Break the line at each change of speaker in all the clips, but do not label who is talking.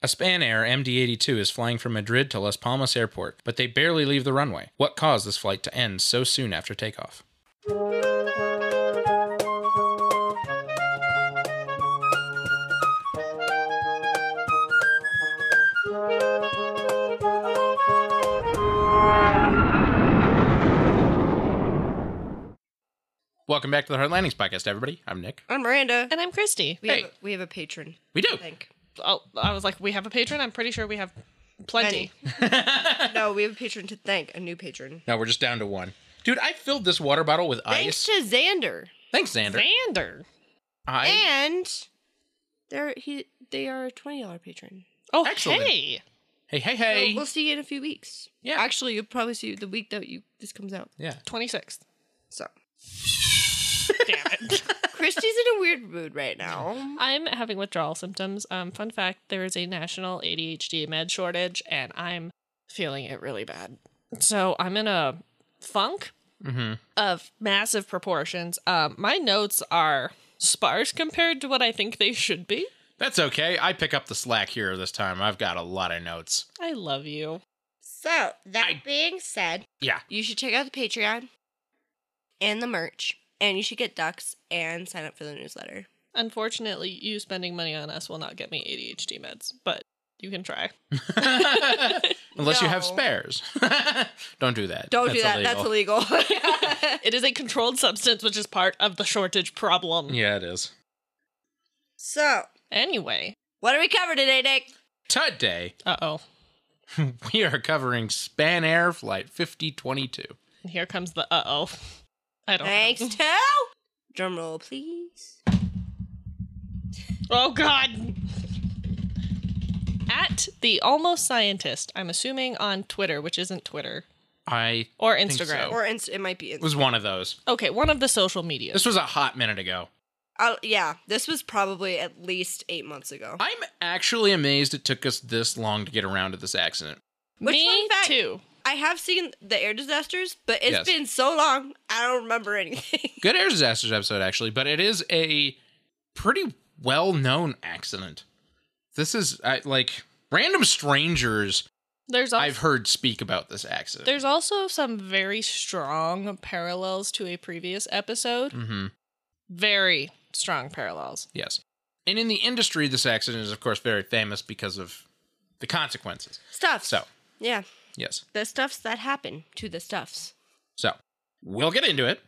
A Span Air MD 82 is flying from Madrid to Las Palmas Airport, but they barely leave the runway. What caused this flight to end so soon after takeoff? Welcome back to the Hard Landings Podcast, everybody. I'm Nick.
I'm Miranda.
And I'm Christy.
We,
Hey.
have, we have a patron,
We do.
I think.
Oh, I was like, we have a patron. I'm pretty sure we have plenty.
No, we have a patron to thank, a new patron.
No, we're just down to one. Dude, I filled this water bottle with
Thanks
ice.
to Xander.
Thanks, Xander.
Xander.
I
And they're, he, they are a $20 patron.
Oh,
Excellent.
hey.
hey hey
So
hey.
Oh, we'll see you in a few weeks.
Yeah.
Actually, you'll probably see you the week that you this comes out.
yeah.
26th.
So.
Damn it.
Christy's in a weird mood right now.
I'm having withdrawal symptoms. Um, fun fact there is a national ADHD med shortage, and I'm feeling it really bad. So I'm in a funk
Mm-hmm.
of massive proportions. Um, my notes are sparse compared to what I think they should be.
That's okay. I pick up the slack here this time. I've got a lot of notes.
I love you.
So, that
I-
being said,
Yeah.
you should check out the Patreon and the merch, and you should get ducks and sign up for the newsletter.
Unfortunately, you spending money on us will not get me ADHD meds, but you can try.
Unless you have
No.
spares. Don't do that.
Don't do that. That's illegal.
It is a controlled substance, which is part of the shortage problem.
yeah, it is.
so,
Anyway,
what do we cover today, Nick?
Today,
uh oh,
we are covering Span Air Flight 5022.
here comes the uh oh. I don't. know.
Thanks to drum roll, please.
Oh God. At the almost scientist, I'm assuming on Twitter, which isn't Twitter
I
or
Think
Instagram.
so.
Or inst- it might be. Inst-
was one of those.
Okay, one of the social media.
This was a hot minute ago.
I'll- yeah, this was probably at least eight months ago.
I'm actually amazed it took us this long to get around to this accident.
Which
Me
fun fact-
too.
I have seen the air disasters, but it's
Yes.
been so long, I don't remember anything.
Good Air Disasters episode, actually, but it is a pretty well known accident. This is I, like random strangers
There's also,
I've heard speak about this accident.
there's also some very strong parallels to a previous episode.
Mm-hmm.
Very strong parallels.
Yes. And in the industry, this accident is, of course, very famous because of the consequences.
stuffs.
So,
yeah,
yes.
the stuffs that happen to the stuffs.
So, we'll get into it.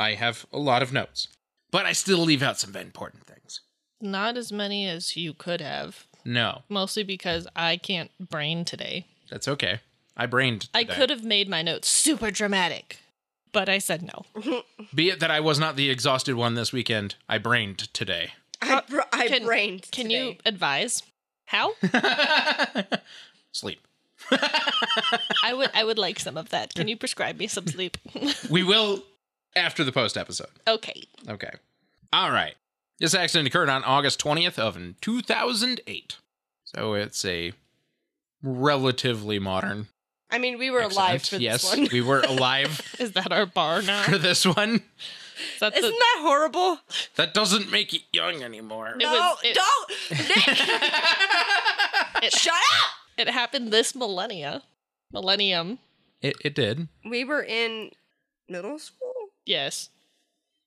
I have a lot of notes, but I still leave out some important things.
Not as many as you could have,
No,
mostly because I can't brain today.
that's okay. I brained.
I
today.
could have made my notes super dramatic, but I said no.
Be it that I was not the exhausted one this weekend, I brained today.
I, br- I
Uh, can-
brained.
Can
today.
you advise how?
Sleep.
I would I would like some of that. Can you prescribe me some sleep?
We will after the post episode.
okay.
Okay. All right. This accident occurred on August 20th of 2008. So it's a relatively modern.
I mean, we were alive
accident.
for
yes,
this one.
we were alive
Is that our bar now?
for this one.
Is that the-
Isn't that horrible?
That doesn't make it young anymore.
It
no,
was- it-
don't, Nick. shut up.
it happened this millennia. Millennium.
It, it did.
We were in middle school.
Yes.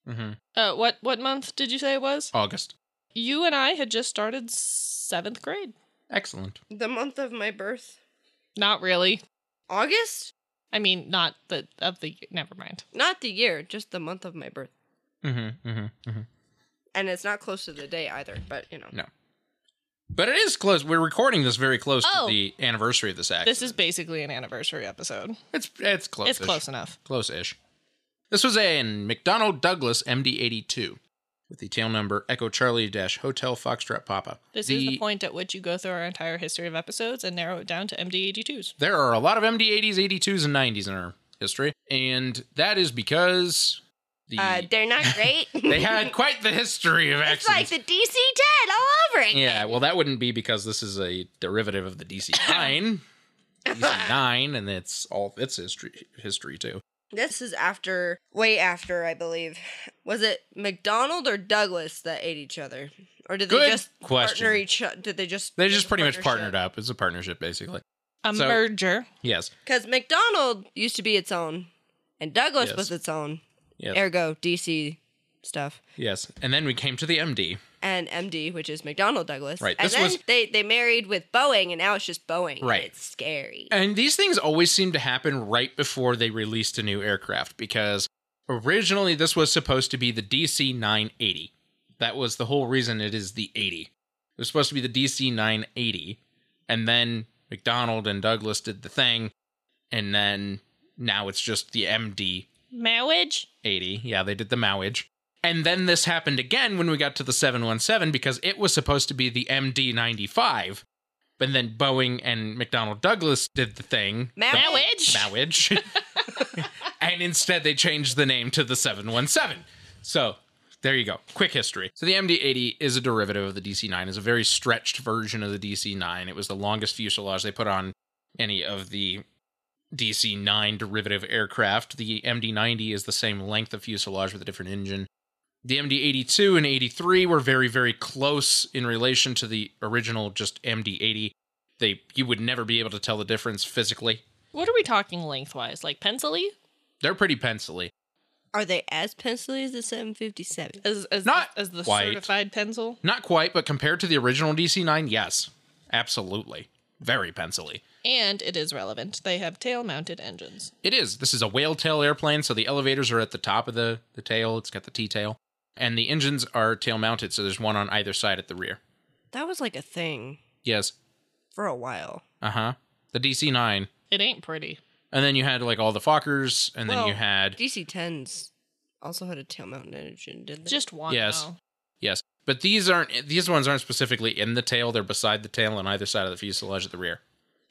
hmm
Uh what what month did you say it was?
August.
You and I had just started 7th grade.
Excellent.
The month of my birth,
Not really.
August.
I mean, not the of the never mind.
Not the year, just the month of my birth.
Mm-hmm, mm-hmm, mm-hmm.
And it's not close to the day either, but you know.
No. But it is close. We're recording this very close
Oh.
to the anniversary of this accident.
This is basically an anniversary episode.
It's it's close.
It's close enough.
Close-ish. This was a McDonnell Douglas MD82 with the tail number Echo Charlie Dash Hotel Foxtrot Papa.
This is the point at which you go through our entire history of episodes and narrow it down to MD82s.
There are a lot of MD80s, 82s, and 90s in our history, and that is because the
Uh, they're not great.
they had quite the history of
it's like
accidents.
the DC 10 all over again.
yeah, well, that wouldn't be because this is a derivative of the DC9. DC9, and it's all its history, history too.
This is after, way after, I believe. Was it McDonald or Douglas that ate each other? or did
Good
they just
question.
partner each? o- Did they just
They just pretty much partnered up. It's a partnership, basically.
A
So-
merger.
Yes.
because McDonald used to be its own, and Douglas
Yes.
was its own.
Yes.
Ergo DC stuff
Yes. And then we came to the MD.
and MD, which is McDonnell Douglas.
Right,
And
this
then
was-
they they married with Boeing, and now it's just Boeing. and
Right.
it's scary.
And these things always seem to happen right before they released a new aircraft because originally this was supposed to be the DC 980. That was the whole reason it is the 80. It was supposed to be the DC 980. And then McDonald and Douglas did the thing. And then now it's just the MD
Marriage?
80. Yeah, they did the Mowage. And then this happened again when we got to the 717 because it was supposed to be the MD 95. But then Boeing and McDonnell Douglas did the thing,
Marriage.
Marriage?
Mowage. and instead they changed the name to the 717. So there you go. Quick history. So the MD 80 is a derivative of the DC 9, it's a very stretched version of the DC 9. It was the longest fuselage they put on any of the DC 9 derivative aircraft. The MD 90 is the same length of fuselage with a different engine. The MD 82 and 83 were very, very close in relation to the original just MD 80. They you would never be able to tell the difference physically.
What are we talking lengthwise? Like pencily?
They're pretty pencily.
Are they as pencily as the 757?
As as
Not
as the
quite.
certified pencil?
Not quite, but compared to the original DC 9, yes. Absolutely. Very pencily.
And it is relevant. They have tail mounted engines.
It is. This is a whale tail airplane, so the elevators are at the top of the, the tail. It's got the T tail. And the engines are tail mounted, so there's one on either side at the rear.
That was like a thing
Yes.
for a while.
Uh huh. The DC 9.
It ain't pretty.
And then you had like all the Fokkers, and then
Well,
you had.
DC 10s also had a tail mounted engine, didn't they?
Just one.
Yes.
though.
Yes. But these aren't these ones aren't specifically in the tail, they're beside the tail on either side of the fuselage at the rear.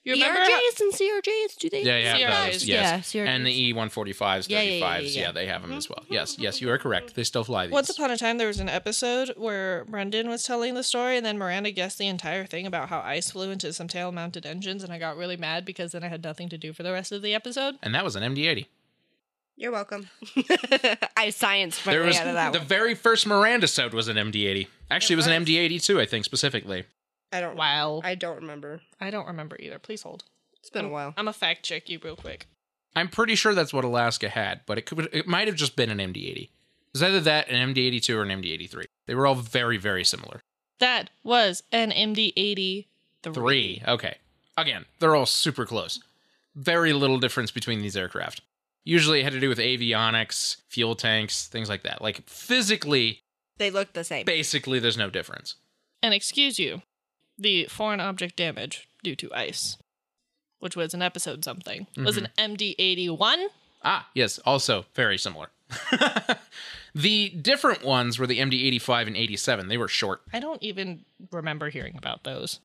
You
E
remember? how-
ERJs E and CRJs, do they?
Yeah, yeah,
CRIs,
those,
yeah,
yes.
CRIs.
and the E one forty fives,
Yeah,
thirty
yeah, yeah, yeah,
fives,
yeah. Mm-hmm.
yeah, they have them as well. Yes, yes, you are correct. They still fly these.
Once upon a time, there was an episode where Brendan was telling the story, and then Miranda guessed the entire thing about how ice flew into some tail mounted engines, and I got really mad because then I had nothing to do for the rest of the episode.
and that was an MD eighty.
You're welcome. I science my
There
way
was
out of that
the
one.
very first Miranda sode was an MD eighty. Actually, it was, an
was.
MD eighty two, I think, specifically.
I don't.
Wow. I,
I don't remember.
don't remember either. Please hold.
It's been a while.
I'm a fact check you real quick.
I'm pretty sure that's what Alaska had, but it could it might have just been an MD eighty. It was either that, an MD eighty two, or an MD eighty three. They were all very, very similar.
That was an MD 83.
Three. Okay. Again, they're all super close. Very little difference between these aircraft. Usually it had to do with avionics, fuel tanks, things like that. Like physically,
They look the same.
basically there's no difference.
And excuse you, the foreign object damage due to ice, which was an episode something, was
Mm-hmm.
an MD 81.
Ah, yes, also very similar. the different ones were the MD 85 and 87. They were short.
I don't even remember hearing about those.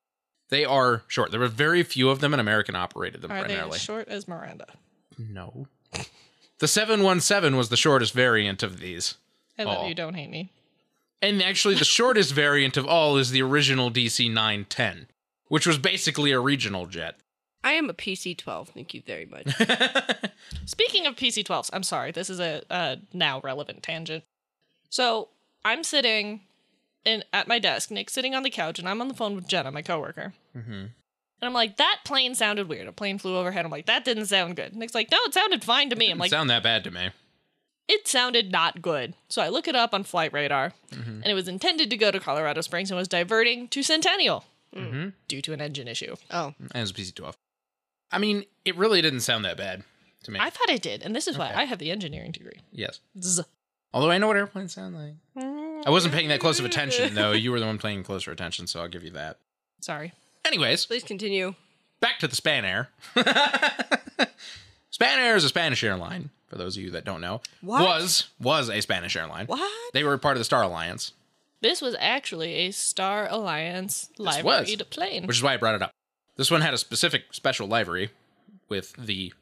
They are short. There were very few of them, and American operated them
Are they
primarily.
as short as Miranda?
no. The 717 was the shortest variant of these.
I love
Aw.
you, don't hate me.
And actually, the shortest variant of all is the original DC 910, which was basically a regional jet.
I am a PC 12. Thank you very much.
Mm-hmm.
Speaking of PC 12s, I'm sorry, this is a, a now relevant tangent. So I'm sitting in at my desk, Nick's sitting on the couch, and I'm on the phone with Jenna, my coworker.
Mhm.
And I'm like, that plane sounded weird. A plane flew overhead. I'm like, that didn't sound good. Nick's like, no, it sounded fine to me. I'm
Didn't
like,
sound that bad to me.
it sounded not good. So I look it up on flight radar,
Mm-hmm.
and it was intended to go to Colorado Springs and was diverting to Centennial
Mhm.
due to an engine issue.
Oh,
And it was PC 12. I mean, it really didn't sound that bad to me.
I thought it did, and this is why
Okay.
I have the engineering degree.
yes.
Zzz.
Although I know what airplanes sound like.
Mm.
I wasn't paying that close of attention, though. You were the one paying closer attention, so I'll give you that.
Sorry.
Anyways,
please continue.
back to the Spanair. Spanair is a Spanish airline, for those of you that don't know.
What?
Was was a Spanish airline.
What?
They were part of the Star Alliance,
This was actually a Star Alliance
was.
livery plane.
which is why I brought it up. This one had a specific special livery with the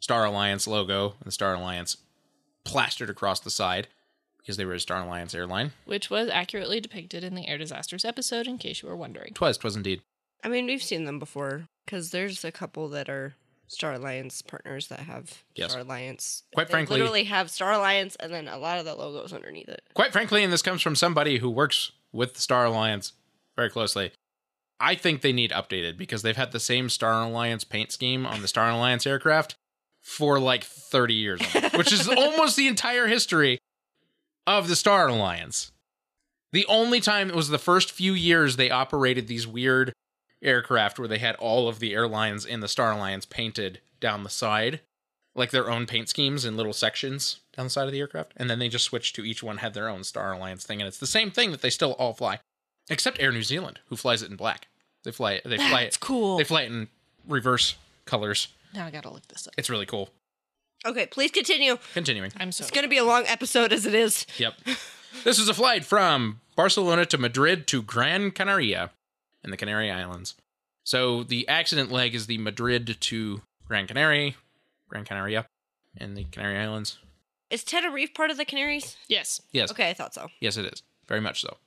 Star Alliance logo and the Star Alliance plastered across the side because they were a Star Alliance airline.
which was accurately depicted in the Air Disasters episode, in case you were wondering.
Twas, twas indeed.
I mean, we've seen them before because there's a couple that are Star Alliance partners that have
Yes.
Star Alliance.
Quite
They
frankly-
literally have Star Alliance and then a lot of the logos underneath it.
Quite frankly, and this comes from somebody who works with the Star Alliance very closely. I think they need updated because they've had the same Star Alliance paint scheme on the Star Alliance aircraft for like 30 years, on it, which is almost the entire history of the Star Alliance. The only time it was the first few years they operated these weird aircraft where they had all of the airlines in the Star Alliance painted down the side, like their own paint schemes in little sections down the side of the aircraft. And then they just switched to each one had their own Star Alliance thing. And it's the same thing that they still all fly, except Air New Zealand, who flies it in black. They fly it, they fly
That's
it,
cool.
they fly it in reverse colors.
now I gotta look this up.
It's really cool.
Okay, please continue.
Continuing.
I'm so
It's going to be a long episode as it is.
Yep. This is a flight from Barcelona to Madrid to Gran Canaria in the Canary Islands. So the accident leg is the Madrid to Gran Canary, Gran Canaria, in the Canary Islands.
Is Tenerife part of the Canaries?
yes.
Yes.
Okay, I thought so.
Yes, it is. Very much so.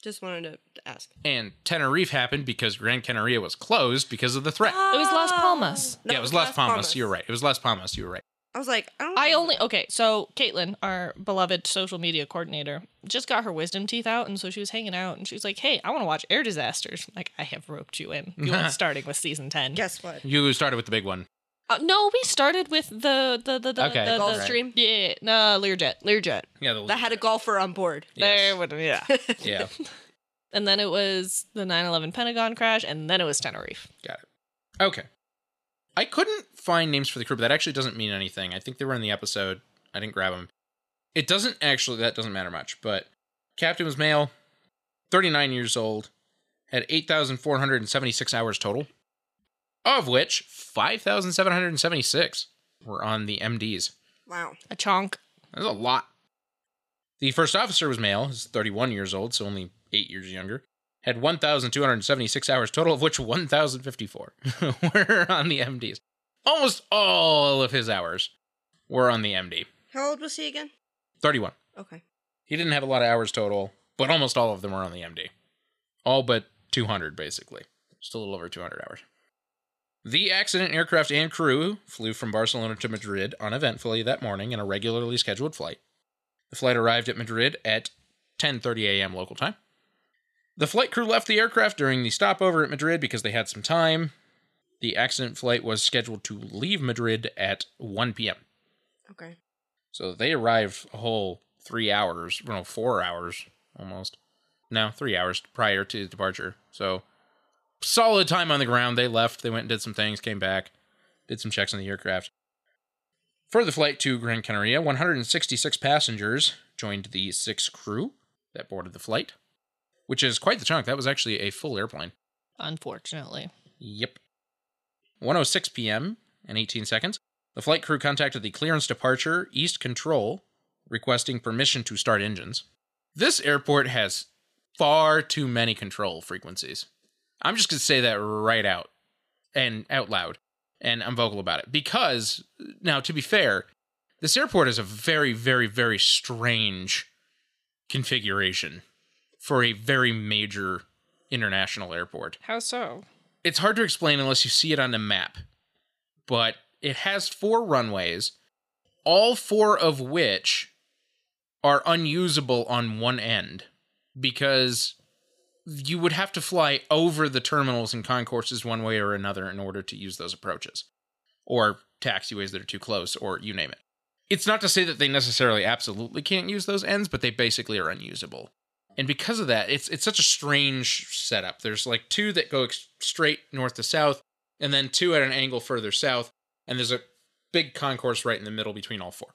Just wanted to ask.
And Tenerife happened because Gran Canaria was closed because of the threat.
It was
Oh.
Las Palmas.
No,
yeah, it was Las Palmas. You're right. It was Las Palmas. You were right.
I was like, I don't
I
know.
only okay. So Caitlin, our beloved social media coordinator, just got her wisdom teeth out, and so she was hanging out, and she was like, "Hey, I want to watch Air Disasters." Like I have roped you in. You are starting with season ten.
Guess what?
You started with the big one.
Uh, no, we started with the the the the,
Okay.
the, the
Gulfstream?
Yeah, no, Learjet, Learjet.
Yeah, the
That had a golfer on board.
Yes.
There, would- yeah.
Yeah,
and then it was the 9/11 Pentagon crash, and then it was Tenerife.
got it. Okay. I couldn't find names for the crew, but that actually doesn't mean anything. I think they were in the episode. I didn't grab them. It doesn't actually, that doesn't matter much, but Captain was male, 39 years old, had 8,476 hours total, of which 5,776 were on the MDs.
Wow.
A chunk.
That's a lot. The first officer was male, is 31 years old, so only eight years younger. Had 1,276 hours total, of which 1,054 were on the MDs. Almost all of his hours were on the MD.
How old was he again?
31.
Okay.
He didn't have a lot of hours total, but almost all of them were on the MD. All but 200, basically. Just a little over 200 hours. The accident aircraft and crew flew from Barcelona to Madrid uneventfully that morning in a regularly scheduled flight. The flight arrived at Madrid at 10:30 a.m. local time. The flight crew left the aircraft during the stopover at Madrid because they had some time. The accident flight was scheduled to leave Madrid at 1 p.m.
Okay.
So they arrived a whole three hours, well, four hours almost. No, three hours prior to departure. So solid time on the ground. They left, they went and did some things, came back, did some checks on the aircraft. For the flight to Gran Canaria, 166 passengers joined the six crew that boarded the flight, which is quite the chunk. That was actually a full airplane.
Unfortunately,
Yep. 106 p.m. and 18 seconds, the flight crew contacted the clearance departure East Control requesting permission to start engines. This airport has far too many control frequencies. I'm just going to say that right out and out loud and I'm vocal about it because now to be fair, this airport is a very very very strange configuration for a very major international airport
how so?
it's hard to explain unless you see it on the map, but it has four runways, all four of which are unusable on one end because you would have to fly over the terminals and concourses one way or another in order to use those approaches, or taxiways that are too close, or you name it. It's not to say that they necessarily absolutely can't use those ends, but they basically are unusable and because of that, it's it's such a strange setup. There's like two that go ex- straight north to south, and then two at an angle further south, and there's a big concourse right in the middle between all four.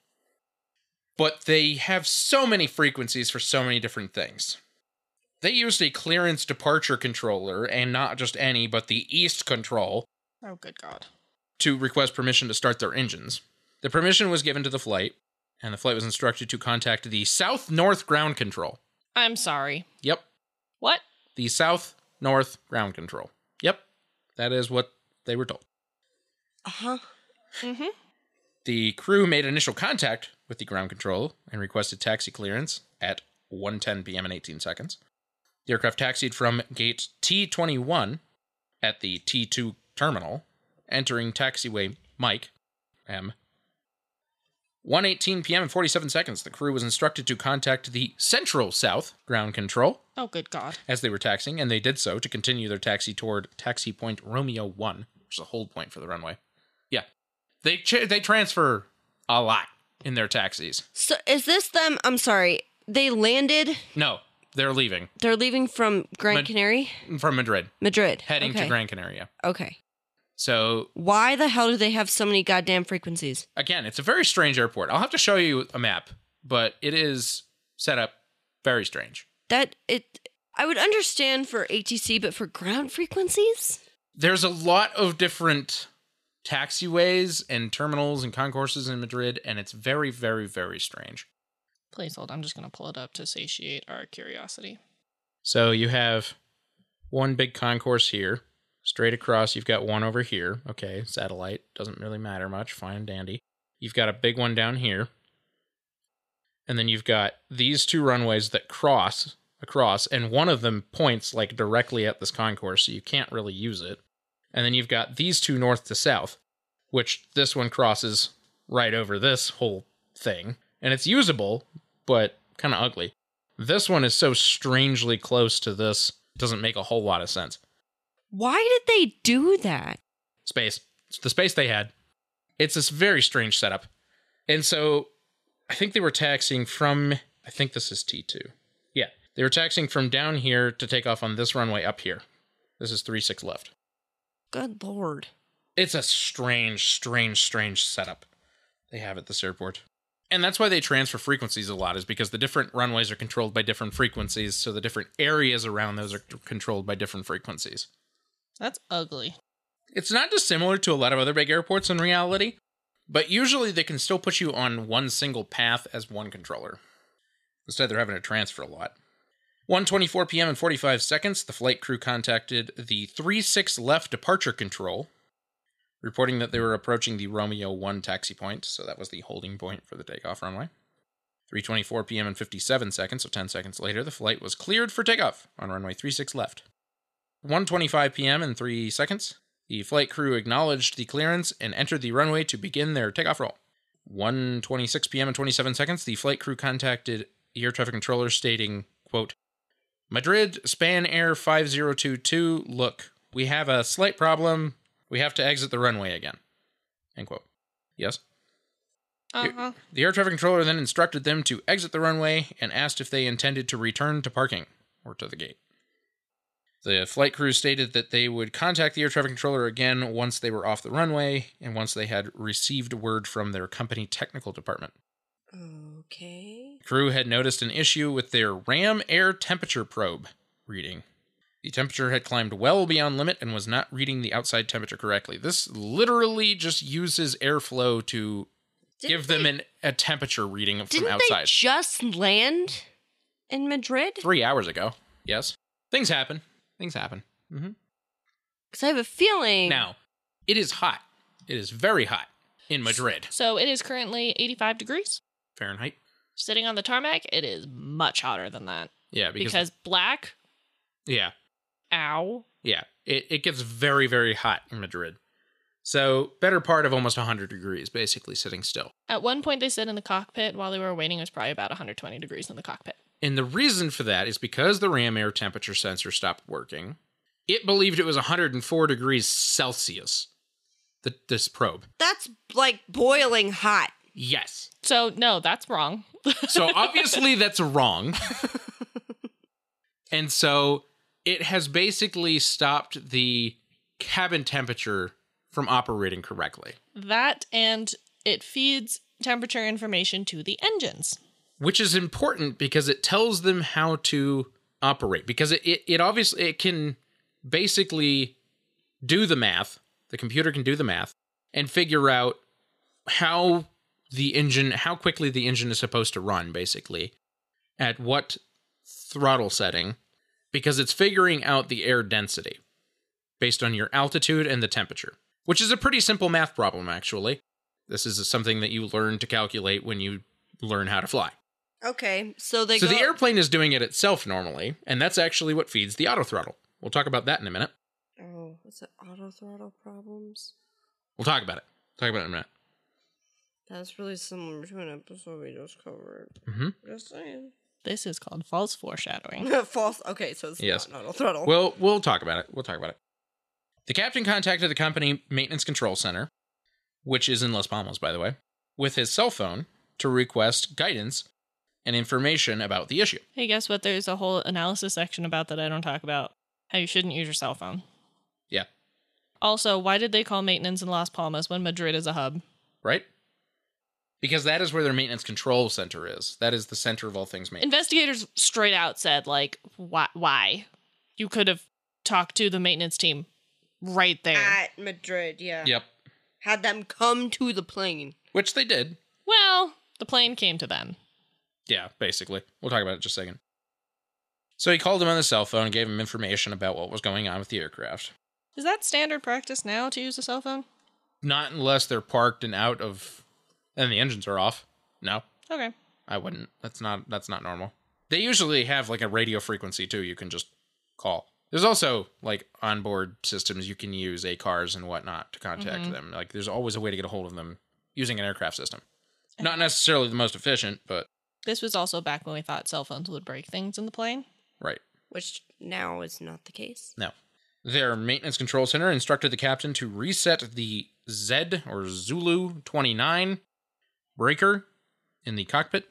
But they have so many frequencies for so many different things. They used a clearance departure controller, and not just any, but the East Control,
Oh, good God.
to request permission to start their engines. The permission was given to the flight, and the flight was instructed to contact the South North Ground Control.
I'm sorry.
Yep,
What?
the South North Ground Control. Yep, that is what they were told.
Uh huh.
Mm-hmm.
The crew made initial contact with the ground control and requested taxi clearance at 1:10 p.m. and 18 seconds. The aircraft taxied from gate T21 at the T2 terminal, entering taxiway Mike M. 1:18 p.m. and 47 seconds. The crew was instructed to contact the Central South Ground Control
Oh, good God.
as they were taxing, and they did so to continue their taxi toward taxi point Romeo 1, which is a hold point for the runway. Yeah. They ch- they transfer a lot in their taxis.
So is this them? I'm sorry. They landed.
No, they're leaving
They're leaving from Gran
Mad-
Canary,
from Madrid,
Madrid.
heading
Okay.
to Gran Canaria.
Okay.
So,
Why the hell do they have so many goddamn frequencies?
again, it's a very strange airport. I'll have to show you a map, but it is set up very strange.
That it. I would understand for ATC, but for ground frequencies.
there's a lot of different taxiways and terminals and concourses in Madrid, and it's very, very, very strange.
Please hold. I'm just going to pull it up to satiate our curiosity.
So you have one big concourse here. Straight across, you've got one over here. Okay, satellite. Doesn't really matter much. Fine and dandy. You've got a big one down here. And then you've got these two runways that cross across, and one of them points like directly at this concourse, so you can't really use it. And then you've got these two north to south, which this one crosses right over this whole thing. And it's usable, but kind of ugly. This one is so strangely close to this, it doesn't make a whole lot of sense.
Why did they do that?
Space. It's the space they had. It's this very strange setup. And so I think they were taxing from, I think this is T2. Yeah. They were taxing from down here to take off on this runway up here. This is three six left.
Good lord.
It's a strange, strange, strange setup they have at this airport. And that's why they transfer frequencies a lot, is because the different runways are controlled by different frequencies, so the different areas around those are c- controlled by different frequencies.
That's ugly.
It's not dissimilar to a lot of other big airports in reality, but usually they can still put you on one single path as one controller. Instead, they're having to transfer a lot. 1:24 p.m. and 45 seconds, the flight crew contacted the 36 left departure control, reporting that they were approaching the Romeo 1 taxi point, so that was the holding point for the takeoff runway. 3:24 p.m. and 57 seconds, so 10 seconds later, the flight was cleared for takeoff on runway 36 left. 1:25 p.m. and 3 seconds, the flight crew acknowledged the clearance and entered the runway to begin their takeoff roll. 1:26 p.m. and 27 seconds, the flight crew contacted the air traffic controller stating, quote, "Madrid, Span Air 5022, look, we have a slight problem. We have to exit the runway again." End quote. Yes.
Uh huh.
The air traffic controller then instructed them to exit the runway and asked if they intended to return to parking or to the gate. The flight crew stated that they would contact the air traffic controller again once they were off the runway and once they had received word from their company technical department.
Okay.
Crew had noticed an issue with their RAM air temperature probe reading. The temperature had climbed well beyond limit and was not reading the outside temperature correctly. This literally just uses airflow to give them an, a temperature reading from
Didn't
outside.
they just land in Madrid?
three hours ago. Yes. Things happen. Things happen.
Because I have a feeling.
Now, it is hot. It is very hot in Madrid,
So it is currently 85 degrees.
Fahrenheit.
Sitting on the tarmac, it is much hotter than that
Yeah, because,
because, black.
yeah,
Ow.
yeah, it it gets very very hot in Madrid. So better part of almost 100 degrees, basically sitting still.
At one point, they said in the cockpit while they were waiting, it was probably about 120 degrees in the cockpit.
And the reason for that is because the RAM air temperature sensor stopped working. It believed it was 104 degrees Celsius. The, this probe.
That's like boiling hot.
Yes.
So no, that's wrong.
So obviously that's wrong. and so it has basically stopped the cabin temperature from operating correctly,
That and it feeds temperature information to the engines.
which is important because it tells them how to operate because it it, it obviously it can basically do the math. The computer can do the math and figure out how the engine how quickly the engine is supposed to run basically at what throttle setting because it's figuring out the air density based on your altitude and the temperature, which is a pretty simple math problem actually. This is something that you learn to calculate when you learn how to fly
Okay, so they
so
go.
the airplane is doing it itself normally, and that's actually what feeds the auto throttle. We'll talk about that in a minute.
oh, is it auto throttle problems?
We'll talk about it. Talk about it in a minute.
That's really similar to an episode we just covered.
Mhm.
Just saying.
This is called false foreshadowing.
False. Okay, so it's
Yes.
yes. not nodal throttle.
We'll we'll talk about it. We'll talk about it. The captain contacted the company maintenance control center, which is in Las Palmas, by the way, with his cell phone to request guidance and information about the issue.
Hey, guess what? There's a whole analysis section about that I don't talk about. How you shouldn't use your cell phone.
Yeah.
Also, why did they call maintenance in Las Palmas when Madrid is a hub?
Right? Because that is where their maintenance control center is. That is the center of all things maintenance.
Investigators straight out said, like, why? why? You could have talked to the maintenance team right there.
At Madrid, yeah.
Yep.
Had them come to the plane.
Which they did.
well, the plane came to them.
Yeah, basically. We'll talk about it in just a second. So he called him on the cell phone and gave him information about what was going on with the aircraft.
Is that standard practice now to use a cell phone?
Not unless they're parked and out of and the engines are off. No.
Okay.
I wouldn't. That's not that's not normal. They usually have like a radio frequency too. You can just call. There's also like onboard systems you can use, a cars and whatnot, to contact
Mhm.
them. Like there's always a way to get a hold of them using an aircraft system. Not necessarily the most efficient, but
This was also back when we thought cell phones would break things in the plane.
right.
Which now is not the case.
No. Their maintenance control center instructed the captain to reset the Z or Zulu 29 breaker in the cockpit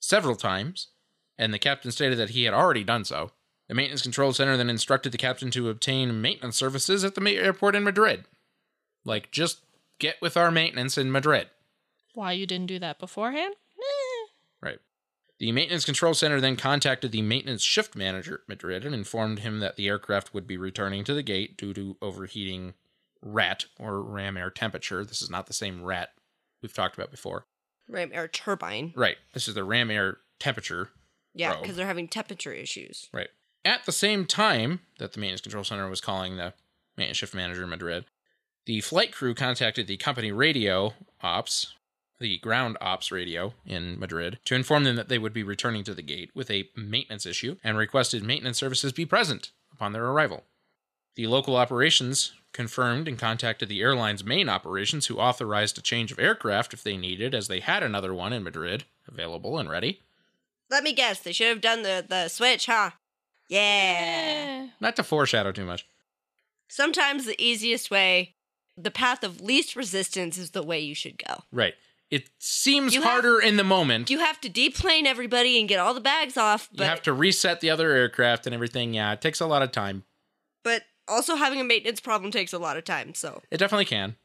several times, and the captain stated that he had already done so. The maintenance control center then instructed the captain to obtain maintenance services at the ma- airport in Madrid. Like, just get with our maintenance in Madrid.
Why you didn't do that beforehand? Eh.
Right. The maintenance control center then contacted the maintenance shift manager at Madrid and informed him that the aircraft would be returning to the gate due to overheating RAT or ram air temperature. This is not the same RAT we've talked about before.
Ram air turbine.
Right. This is the ram air temperature.
Yeah,
Probe.
because they're having temperature issues.
Right. At the same time that the maintenance control center was calling the maintenance shift manager in Madrid, the flight crew contacted the company radio ops, the ground ops radio in Madrid, to inform them that they would be returning to the gate with a maintenance issue and requested maintenance services be present upon their arrival. The local operations confirmed and contacted the airline's main operations, who authorized a change of aircraft if they needed, as they had another one in Madrid available and ready.
Let me guess, they should have done the, the switch, huh? Yeah.
Eh.
Not to foreshadow too much.
Sometimes the easiest way, the path of least resistance, is the way you should go.
Right. It seems
You have-
harder in the moment. You,
You have to deplane everybody and get all the bags off, but
have to reset the other aircraft and everything. Yeah, it takes a lot of time.
but also having a maintenance problem takes a lot of time. So
It definitely can.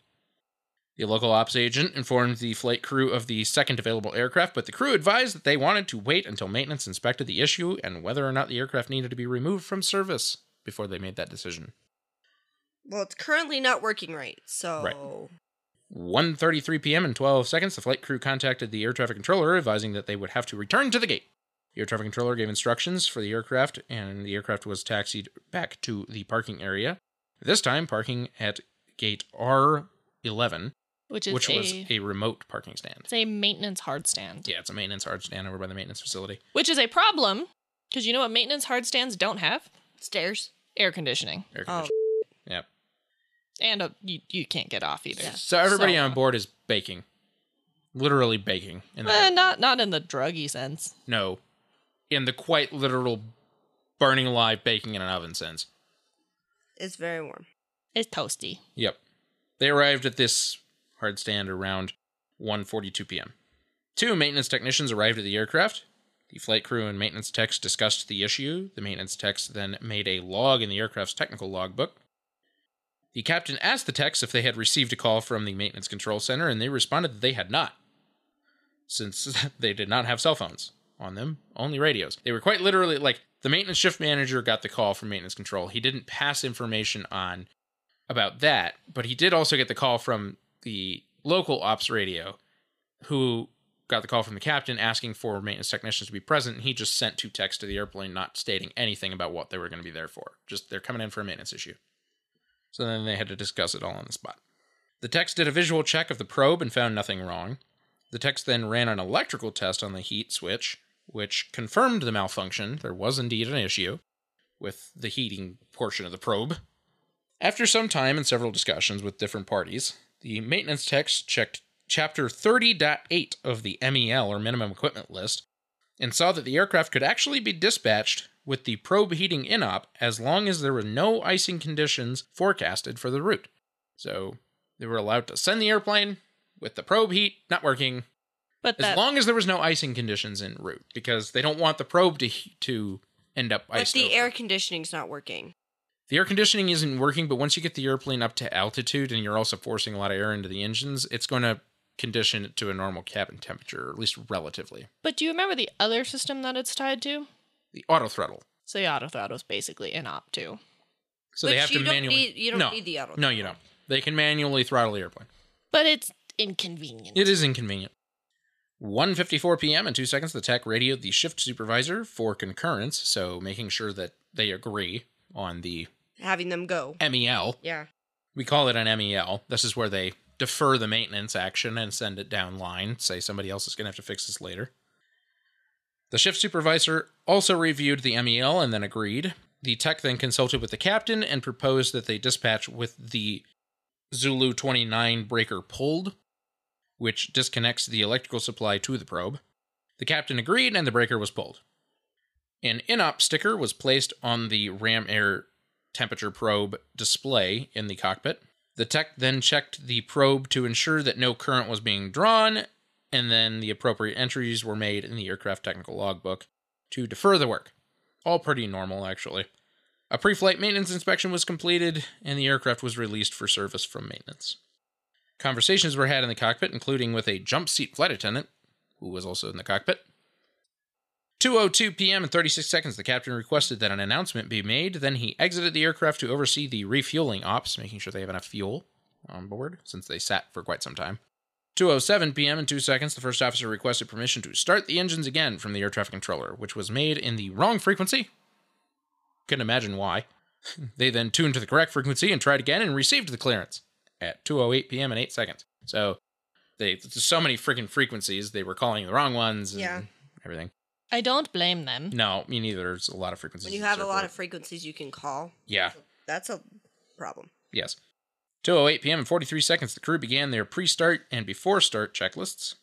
The local ops agent informed the flight crew of the second available aircraft, but the crew advised that they wanted to wait until maintenance inspected the issue and whether or not the aircraft needed to be removed from service before they made that decision.
well, it's currently not working right. So
1:33 p.m. in 12 seconds, the flight crew contacted the air traffic controller, advising that they would have to return to the gate. The air traffic controller gave instructions for the aircraft, and the aircraft was taxied back to the parking area. This time, parking at gate R11,
Which is
which
a,
was a remote parking stand.
it's a maintenance hard stand.
Yeah, it's a maintenance hard stand over by the maintenance facility.
Which is a problem because you know what maintenance hard stands don't have?
stairs.
Air conditioning.
Air
Oh,
conditioning. Yep.
And a, you, you can't get off either.
So everybody
So-
on board is baking, literally baking. In the
Eh, not not in the druggy sense.
no, in the quite literal burning alive baking in an oven sense.
it's very warm.
It's toasty.
Yep. They arrived at this hard stand around 1:42 p.m. Two maintenance technicians arrived at the aircraft. The flight crew and maintenance techs discussed the issue. The maintenance techs then made a log in the aircraft's technical logbook. The captain asked the techs if they had received a call from the maintenance control center, and they responded that they had not, since they did not have cell phones on them, only radios. They were quite literally like the maintenance shift manager got the call from maintenance control. He didn't pass information on about that, but he did also get the call from the local ops radio, who got the call from the captain asking for maintenance technicians to be present. And he just sent two texts to the airplane, not stating anything about what they were going to be there for. Just they're coming in for a maintenance issue. So then they had to discuss it all on the spot. The techs did a visual check of the probe and found nothing wrong. The techs then ran an electrical test on the heat switch, which confirmed the malfunction. There was indeed an issue with the heating portion of the probe. After some time and several discussions with different parties, the E maintenance techs checked Chapter 30.8 of the MEL, or Minimum Equipment List, and saw that the aircraft could actually be dispatched with the probe heating in op as long as there were no icing conditions forecasted for the route. So they were allowed to send the airplane with the probe heat not working
But
as
that
long as there was no icing conditions en route because they don't want the probe to to end up
But
iced
the
over.
air conditioning's not working.
The air conditioning isn't working, but once you get the airplane up to altitude and you're also forcing a lot of air into the engines, it's going to condition it to a normal cabin temperature, or at least relatively.
but do you remember the other system that it's tied to?
The auto throttle.
So the auto throttle is basically in op two.
So
Which
they have
you
to
don't
manually.
need- you don't
no,
need the auto
No, you don't.
throttle.
They can manually throttle the airplane.
But it's inconvenient.
It is inconvenient. 1:54 p.m. in 2 seconds the tech radioed the shift supervisor for concurrence, so making sure that they agree on the E
Having them go.
MEL.
Yeah.
we call it an MEL. This is where they defer the maintenance action and send it down line, say somebody else is going to have to fix this later. The shift supervisor also reviewed the MEL and then agreed. The tech then consulted with the captain and proposed that they dispatch with the Zulu 29 breaker pulled, which disconnects the electrical supply to the probe. The captain agreed and the breaker was pulled. An inop sticker was placed on the ram air temperature probe display in the cockpit. The tech then checked the probe to ensure that no current was being drawn, and then the appropriate entries were made in the aircraft technical logbook to defer the work. All pretty normal, actually. A pre flight maintenance inspection was completed, and the aircraft was released for service from maintenance. Conversations were had in the cockpit, including with a jump seat flight attendant, who was also in the cockpit. 2:02 p.m. and 36 seconds the captain requested that an announcement be made then he exited the aircraft to oversee the refueling ops making sure they have enough fuel on board since they sat for quite some time 2:07 p.m. and 2 seconds the first officer requested permission to start the engines again from the air traffic controller which was made in the wrong frequency couldn't imagine why they then tuned to the correct frequency and tried again and received the clearance at 2:08 p.m. and 8 seconds so they there's so many freaking frequencies they were calling the wrong ones and
Yeah.
everything
I don't blame them.
no, me neither. There's a lot of frequencies.
When you
to
have a lot
circulate.
of frequencies you can call,
Yeah.
that's a problem.
Yes. 2:08 p.m. and 43 seconds. The crew began their pre-start and before-start checklists.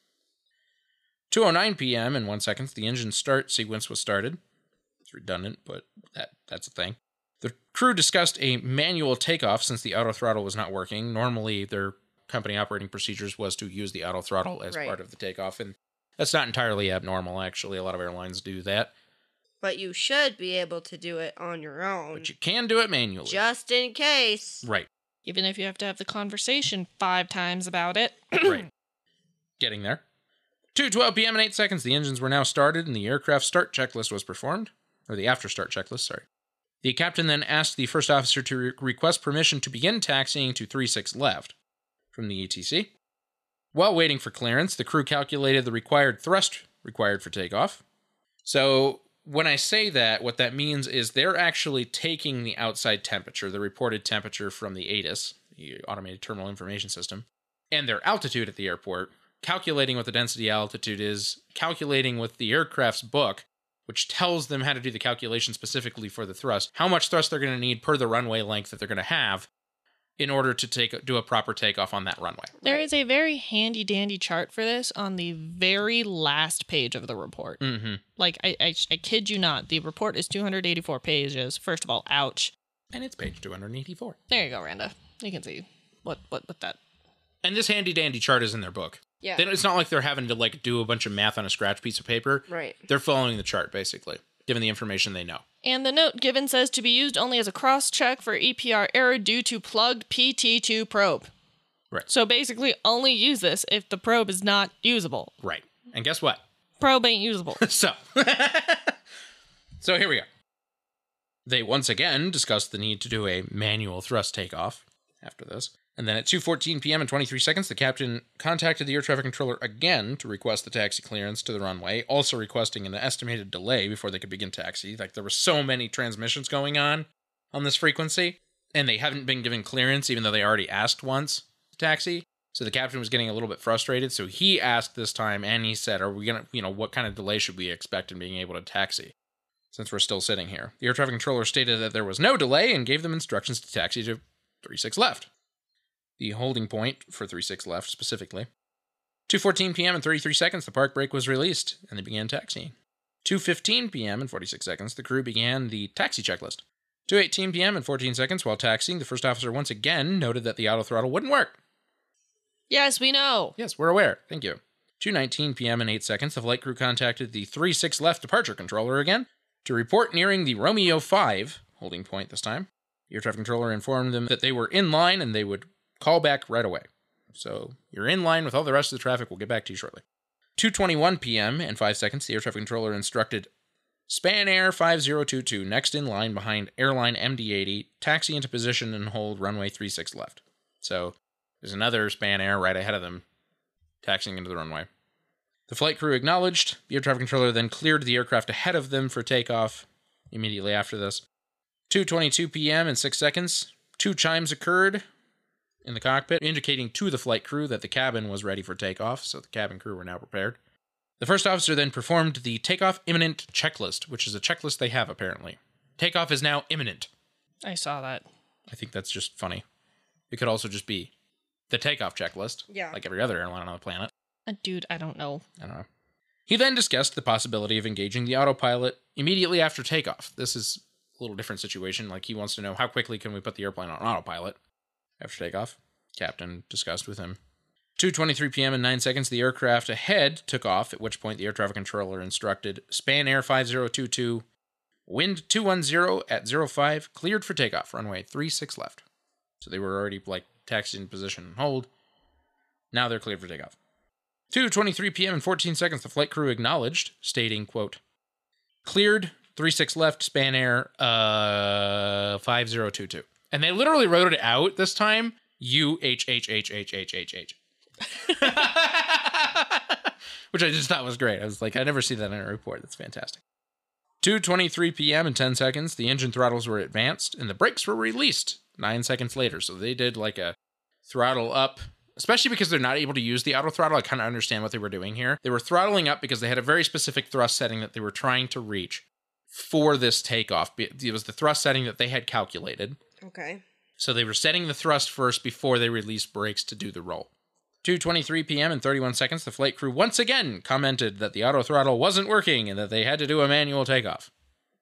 2:09 p.m. and one seconds. The engine start sequence was started. It's redundant, but that that's a thing. The crew discussed a manual takeoff since the auto throttle was not working. Normally, their company operating procedures was to use the auto throttle as
Right.
part of the takeoff, and that's not entirely abnormal. Actually, a lot of airlines do that,
But you should be able to do it on your own,
but you can do it manually.
just in case.
right.
Even if you have to have the conversation five times about it.
right. Getting there. 2:12 p.m. and 8 seconds the engines were now started and the aircraft start checklist was performed, or the after start checklist, sorry. The captain then asked the first officer to re- request permission to begin taxiing to 36 left from the ETC. While waiting for clearance, the crew calculated the required thrust required for takeoff. So, when I say that, what that means is they're actually taking the outside temperature, the reported temperature from the ATIS, the Automated Terminal Information System, and their altitude at the airport, calculating what the density altitude is, calculating with the aircraft's book, which tells them how to do the calculation specifically for the thrust, how much thrust they're going to need per the runway length that they're going to have in order to take do a proper takeoff on that runway.
There is a very handy dandy chart for this on the very last page of the report.
Mm-hmm.
Like, I, I, I kid you not, the report is 284 pages. First of all, ouch.
And it's page 284.
There you go, Randa. You can see what, what, what that.
And this handy dandy chart is in their book.
Yeah.
They don't- it's not like they're having to like do a bunch of math on a scratch piece of paper.
Right.
They're following the chart basically, given the information they know.
And the note given says to be used only as a cross check for EPR error due to plugged PT2 probe.
Right.
So basically, only use this if the probe is not usable.
Right. And guess what?
Probe ain't usable.
So, so here we go. They once again discussed the need to do a manual thrust takeoff after this. And then at 2:14 p.m. and 23 seconds, the captain contacted the air traffic controller again to request the taxi clearance to the runway, also requesting an estimated delay before they could begin taxi. Like there were so many transmissions going on on this frequency, and they haven't been given clearance even though they already asked once to taxi. So the captain was getting a little bit frustrated. So he asked this time, and he said, "Are we gonna, you know, what kind of delay should we expect in being able to taxi?" Since we're still sitting here, the air traffic controller stated that there was no delay and gave them instructions to taxi to 36 left, the holding point for 36 left specifically. 2:14 p.m. and 33 seconds, the park brake was released, and they began taxiing. 2:15 p.m. and 46 seconds, the crew began the taxi checklist. 2:18 p.m. and 14 seconds, while taxiing, the first officer once again noted that the auto throttle wouldn't work.
Yes, we know.
Yes, we're aware. Thank you. 2:19 p.m. and 8 seconds, the flight crew contacted the 36 left departure controller again to report nearing the Romeo 5 holding point this time. The air traffic controller informed them that they were in line and they would call back right away. So, you're in line with all the rest of the traffic. We'll get back to you shortly. 2:21 p.m. and 5 seconds, the air traffic controller instructed Span Air 5022 next in line behind airline MD80, taxi into position and hold runway 36 left. So, there's another Span Air right ahead of them taxiing into the runway. The flight crew acknowledged. The air traffic controller then cleared the aircraft ahead of them for takeoff immediately after this. 2:22 p.m. in 6 seconds, two chimes occurred in the cockpit indicating to the flight crew that the cabin was ready for takeoff, so the cabin crew were now prepared. The first officer then performed the takeoff imminent checklist, which is a checklist they have apparently. Takeoff is now imminent.
I saw that.
I think that's just funny. It could also just be the takeoff checklist,
Yeah.
like every other airline on the planet.
Uh, dude, I don't know.
I don't know. He then discussed the possibility of engaging the autopilot immediately after takeoff. This is a little different situation. Like he wants to know how quickly can we put the airplane on autopilot after takeoff. Captain discussed with him. 2:23 p.m. and 9 seconds the aircraft ahead took off at which point the air traffic controller instructed span air 5022 wind 210 at 05 cleared for takeoff runway 36 left. So they were already like taxiing position and hold. Now they're cleared for takeoff. 2:23 p.m. and 14 seconds the flight crew acknowledged stating quote cleared 36 left span air uh 5022 and they literally wrote it out this time u h h h h h h h which I just thought was great. I was like I never see that in a report. That's fantastic. 2:23 p.m. and 10 seconds the engine throttles were advanced and the brakes were released 9 seconds later. So they did like a throttle up, especially because they're not able to use the auto throttle. I kind of understand what they were doing here. They were throttling up because they had a very specific thrust setting that they were trying to reach for this takeoff. Be- It was the thrust setting that they had calculated.
Okay.
So they were setting the thrust first before they released brakes to do the roll. 2:23 p.m. and 31 seconds, the flight crew once again commented that the auto throttle wasn't working and that they had to do a manual takeoff.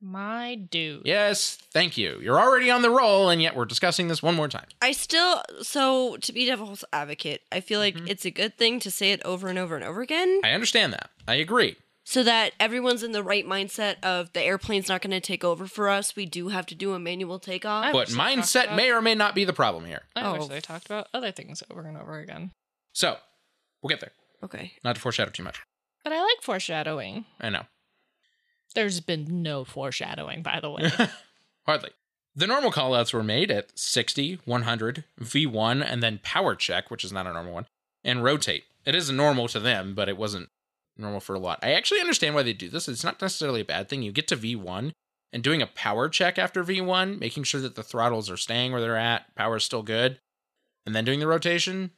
My dude.
Yes, thank you. You're already on the roll, and yet we're discussing this one more time.
I still so to be devil's advocate, I feel like
Mm-hmm.
it's a good thing to say it over and over and over again
I understand that. I agree.
so that everyone's in the right mindset of the airplane's not going to take over for us. We do have to do a manual takeoff.
But
wish they talked
mindset
about-
may or may not be the problem here.
I wish
Oh.
they talked about other things over and over again.
So, we'll get there.
Okay.
Not to foreshadow too much.
But I like foreshadowing.
I know.
There's been no foreshadowing, by the way.
Hardly. The normal callouts were made at 60, 100, V1, and then power check, which is not a normal one, and rotate. It is normal to them, but it wasn't normal for a lot. I actually understand why they do this. It's not necessarily a bad thing. You get to V1 and doing a power check after V1, making sure that the throttles are staying where they're at, power's still good, and then doing the rotation,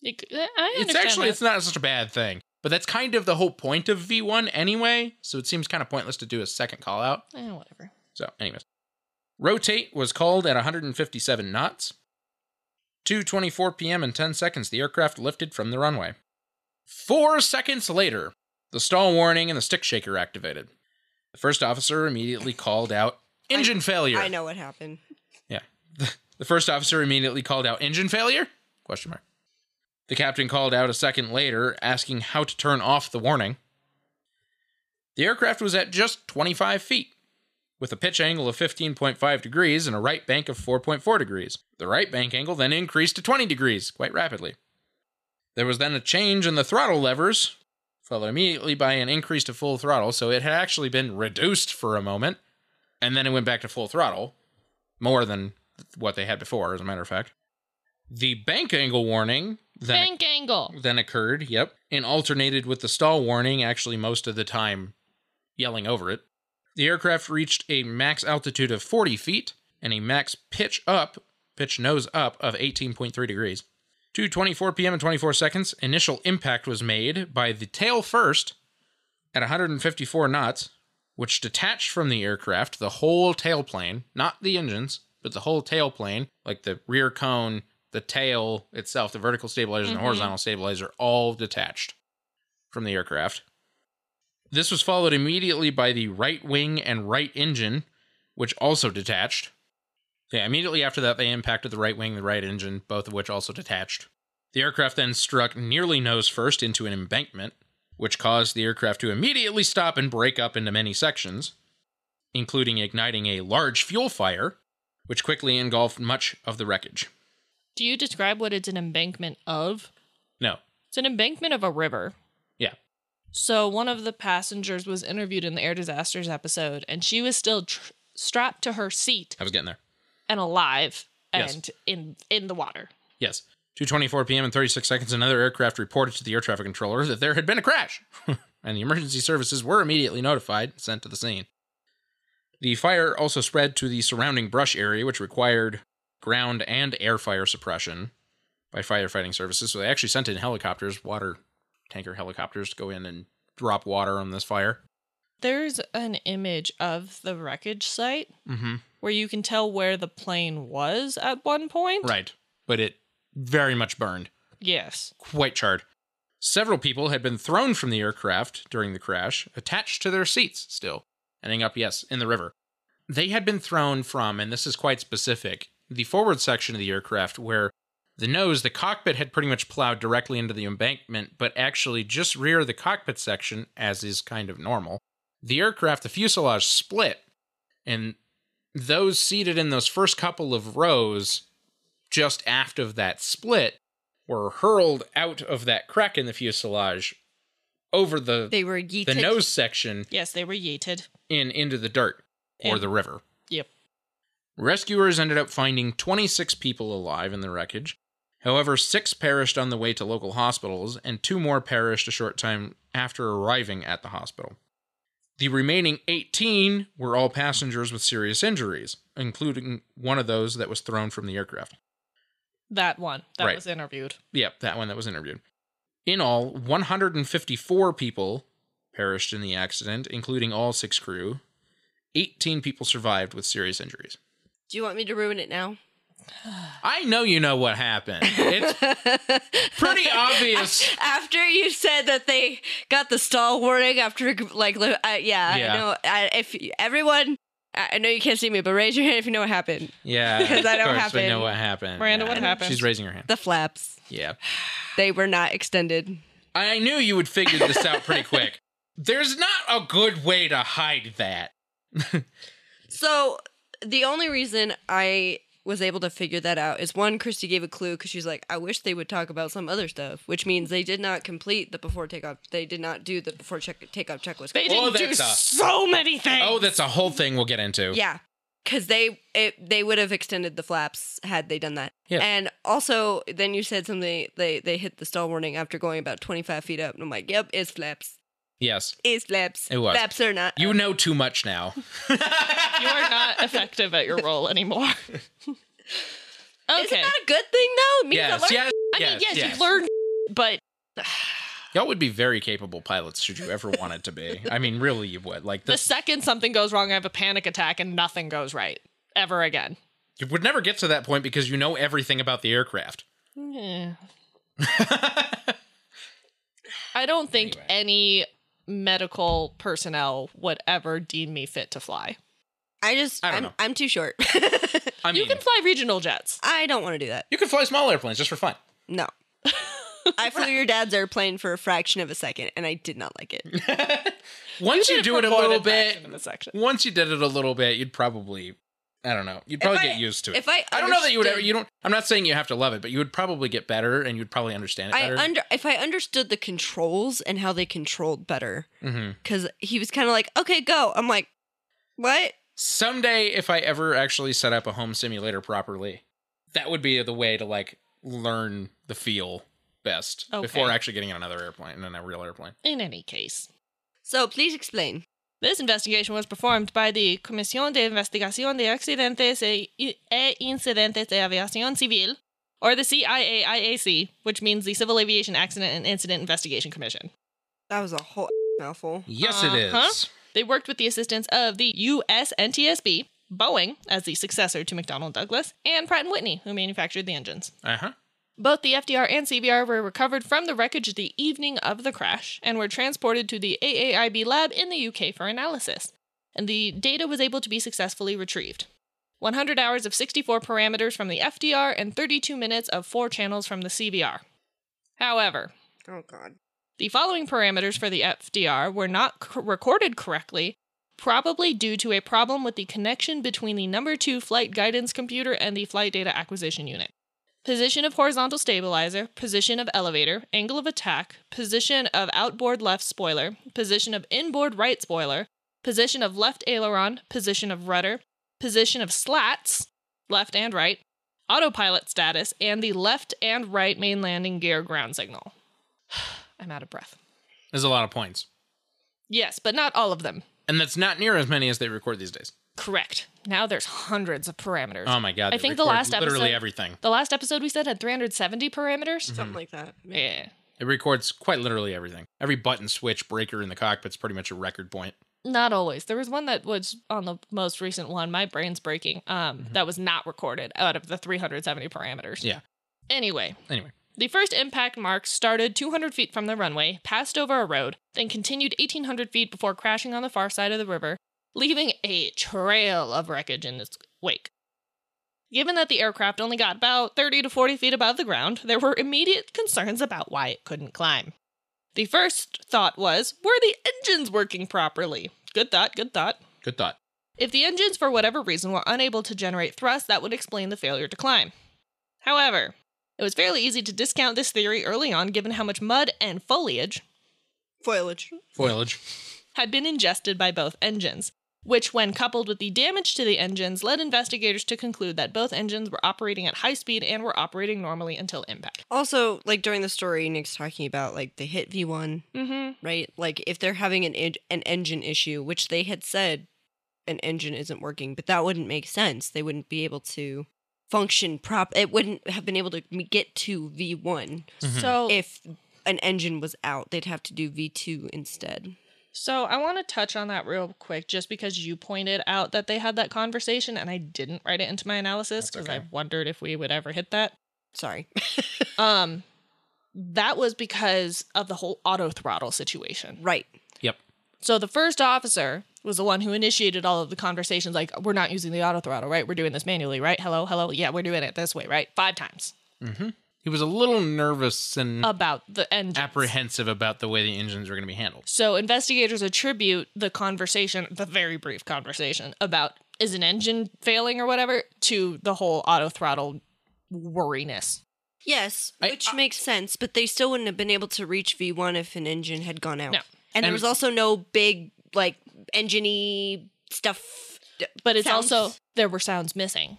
You c- I
it's
understand
actually
that.
it's not such a bad thing but that's kind of the whole point of v1 anyway so it seems kind of pointless to do a second call out
Eh, whatever.
so anyways rotate was called at 157 knots 2.24 p.m and 10 seconds the aircraft lifted from the runway four seconds later the stall warning and the stick shaker activated the first officer immediately called out engine failure
I know what happened.
yeah. The first officer immediately called out engine failure? Question mark. The captain called out a second later asking how to turn off the warning. The aircraft was at just 25 feet with a pitch angle of 15.5 degrees and a right bank of 4.4 degrees. The right bank angle then increased to 20 degrees quite rapidly. There was then a change in the throttle levers, followed immediately by an increase to full throttle, so it had actually been reduced for a moment, and then it went back to full throttle, more than what they had before, as a matter of fact. The bank angle warning then
Bank angle.
then occurred, yep, and alternated with the stall warning, actually, most of the time yelling over it. The aircraft reached a max altitude of 40 feet and a max pitch up, pitch nose up, of 18.3 degrees. 2:24 p.m. and 24 seconds, initial impact was made by the tail first at 154 knots, which detached from the aircraft the whole tailplane, not the engines, but the whole tailplane, like the rear cone, the tail itself, the vertical stabilizer and the horizontal stabilizer, all detached from the aircraft. This was followed immediately by the right wing and right engine, which also detached. Yeah, immediately after that, they impacted the right wing and the right engine, both of which also detached. The aircraft then struck nearly nose first into an embankment, which caused the aircraft to immediately stop and break up into many sections, including igniting a large fuel fire, which quickly engulfed much of the wreckage.
Do you describe what it's an embankment of?
No,
It's an embankment of a river.
Yeah.
So one of the passengers was interviewed in the air disasters episode, and she was still tr- strapped to her seat
I was getting there.
and alive
Yes.
and in in the water.
Yes. 2:24 p.m. and 36 seconds another aircraft reported to the air traffic controller that there had been a crash. and the emergency services were immediately notified and sent to the scene. The fire also spread to the surrounding brush area which required ground and air fire suppression by firefighting services. So they actually sent in helicopters, water tanker helicopters to go in and drop water on this fire.
There's an image of the wreckage site
Mhm.
where you can tell where the plane was at one point.
Right. But it very much burned.
Yes.
quite charred. Several people had been thrown from the aircraft during the crash, attached to their seats still, ending up, yes, in the river. They had been thrown from, and this is quite specific, the forward section of the aircraft where the nose, the cockpit had pretty much plowed directly into the embankment, but actually just rear of the cockpit section, as is kind of normal. The aircraft, the fuselage split, and those seated in those first couple of rows just aft of that split were hurled out of that crack in the fuselage over the
They were yeeted.
the nose section
Yes, they were yeeted.
in into the dirt or
And-
the river.
Yep.
Rescuers ended up finding 26 people alive in the wreckage. However, six perished on the way to local hospitals, and two more perished a short time after arriving at the hospital. The remaining 18 were all passengers with serious injuries, including one of those that was thrown from the aircraft.
That one that
Right.
was interviewed.
Yep, that one that was interviewed. In all, 154 people perished in the accident, including all six crew. 18 people survived with serious injuries.
Do you want me to ruin it now?
I know you know what happened. It's pretty obvious.
After you said that they got the stall warning after, like, li- I yeah,
Yeah.
I know. I, if you- everyone, I I know you can't see me, but raise your hand if you know what happened.
Yeah,
Because
of
I know what
course we
happened.
know what happened.
Miranda,
Yeah,
what
I know.
happened?
She's raising her hand.
The flaps,
Yeah.
they were not extended.
I knew you would figure this out pretty quick. There's not a good way to hide that.
So the only reason I was able to figure that out is one, Christy gave a clue because she's like, I wish they would talk about some other stuff, which means they did not complete the before takeoff. They did not do the before check- takeoff checklist.
They
Oh,
didn't do
that's a-
so many things.
Oh, that's a whole thing we'll get into.
Yeah, because they it, they would have extended the flaps had they done that.
Yeah.
And also, then you said something they they hit the stall warning after going about twenty five feet up, and I'm like, yep, it's flaps,
Yes.
it's flaps,
It was.
flaps or not.
You know too much now.
you are not effective at your role anymore. okay.
Isn't that a good thing though? It means I
yes,
learned-
yes,
I mean,
yes,
yes, you've learned, but
Y'all would be very capable pilots should you ever want it to be. I mean, really, you would. Like
the
this,
second something goes wrong, I have a panic attack and nothing goes right ever again.
you would never get to that point because you know everything about the aircraft.
I don't think
Anyway.
any medical personnel would ever deem me fit to fly.
I just
I don't
I'm,
know.
I'm too short.
I mean,
you can fly regional jets.
I don't want to do that.
fly small airplanes just for fun.
No. I flew your dad's airplane for a fraction of a second, and I did not like it.
Once you,
did it
do
for
it a
more
little
than that
bit,
in the section.
once you did it a little bit, you'd probably, I don't know, you'd probably
I-
get used to it.
if I
I don't know that you would ever.
understood-
You don't. I'm not saying you have to love it, but you would probably get better, and you'd probably understand it
I
better.
under if I understood the controls and how they controlled better,
mm-hmm.
because he was kind of like, "Okay, go." I'm like, "What?"
someday if i ever actually set up a home simulator properly that would be the way to like learn the feel best
Okay.
before actually getting on another airplane and a real airplane
In any case,
So please explain.
This investigation was performed by the Comisión de Investigación de Accidentes e, e Incidentes de Aviación Civil, or the CIAIAC, which means the Civil Aviation Accident and Incident Investigation Commission.
That was a whole mouthful.
yes it
Uh-huh.
is
They worked with the assistance of the US NTSB, Boeing as the successor to McDonnell Douglas, and Pratt and Whitney, who manufactured the engines.
uh-huh
Both the FDR and CBR were recovered from the wreckage the evening of the crash and were transported to the AAIB lab in the UK for analysis, and the data was able to be successfully retrieved. 100 hours of 64 parameters from the FDR and 32 minutes of 4 channels from the CBR. However,
Oh god.
Mm-hmm.
the following parameters for the FDR were not c- recorded correctly, probably due to a problem with the connection between the number 2 flight guidance computer and the flight data acquisition unit. Position of horizontal stabilizer, position of elevator, angle of attack, position of outboard left spoiler, position of inboard right spoiler, position of left aileron, position of rudder, position of slats, left and right, autopilot status, and the left and right main landing gear ground signal. I'm out of breath.
There's a lot of points.
Yes, but not all of them.
And that's not near as many as they record these days.
Correct. Now there's hundreds of parameters.
Oh my god.
I
they
think the
record
last
literally
episode-
everything.
the last episode we said had 370 parameters.
Something like that.
Yeah.
It records quite literally everything. Every button switch breaker in the cockpit's pretty much a record point.
Not always. There was one that was on the most recent one. My brain's breaking. Um, that was not recorded out of the 370 parameters.
Yeah.
Anyway,
Anyway.
the first impact mark started 200 feet from the runway, passed over a road, then continued 1,800 feet before crashing on the far side of the river, leaving a trail of wreckage in its wake. Given that the aircraft only got about 30 to 40 feet above the ground, there were immediate concerns about why it couldn't climb. The first thought was were the engines working properly? Good thought, good thought.
Good thought.
If the engines, for whatever reason, were unable to generate thrust, that would explain the failure to climb. However, it was fairly easy to discount this theory early on given how much mud and foliage
Foliage.
Foliage.
had been ingested by both engines, which, when coupled with the damage to the engines, led investigators to conclude that both engines were operating at high speed and were operating normally until impact.
Also, like during the story, Nick's talking about like the hit V1,
Mm-hmm.
right? Like if they're having an en- an engine issue, which they had said an engine isn't working, but that wouldn't make sense. They wouldn't be able to function prop. It wouldn't have been able to m- get to V1
Mm-hmm. Oh.
So,
if an engine was out. They'd have to do V2 instead.
so I want to touch on that real quick, just because you pointed out that they had that conversation, and I didn't write it into my analysis
That's
because
okay.
I wondered if we would ever hit that.
Sorry.
Um, that was because of the whole auto throttle situation.
right.
Yep.
So the first officer was the one who initiated all of the conversations like, we're not using the auto throttle, right? We're doing this manually, right? Hello, hello. Yeah, we're doing it this way, right? Five times
He was a little nervous and
about the engine.
apprehensive about the way the engines were going to be handled.
So investigators attribute the conversation, the very brief conversation about is an engine failing or whatever, to the whole auto throttle worriness.
Yes,
I-
which makes sense, but they still wouldn't have been able to reach V1 if an engine had gone out.
No.
And, there
And-
was also no big, like, engine stuff. d-
But it's
sounds.
also there were sounds missing.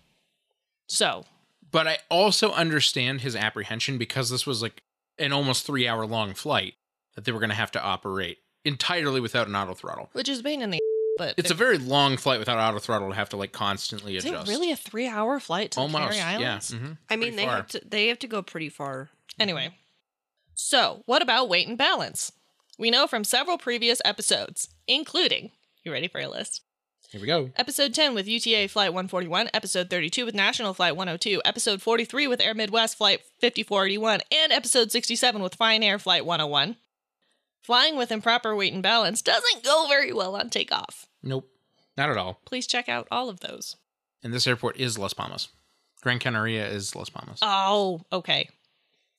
So
But I also understand his apprehension because this was like an almost three hour long flight that they were going to have to operate entirely without an auto throttle.
which is a pain in the but
It's a very long flight without auto throttle to have to like constantly
is
adjust.
it really a three hour flight to the
Almost,
Canary
yeah.
Islands?
mhm.
I mean,
pretty
they
far.
have to they have to go pretty far.
mm-hmm.
Anyway, so what about weight and balance? We know from several previous episodes, including you ready for a list?
Here we go.
Episode 10 with UTA Flight 141, Episode 32 with National Flight 102, Episode 43 with Air Midwest Flight 5481, and Episode 67 with Fine Air Flight 101. Flying with improper weight and balance doesn't go very well on takeoff.
Nope, not at all.
Please check out all of those.
And this airport is Las Palmas. Gran Canaria is Las Palmas.
Oh, okay.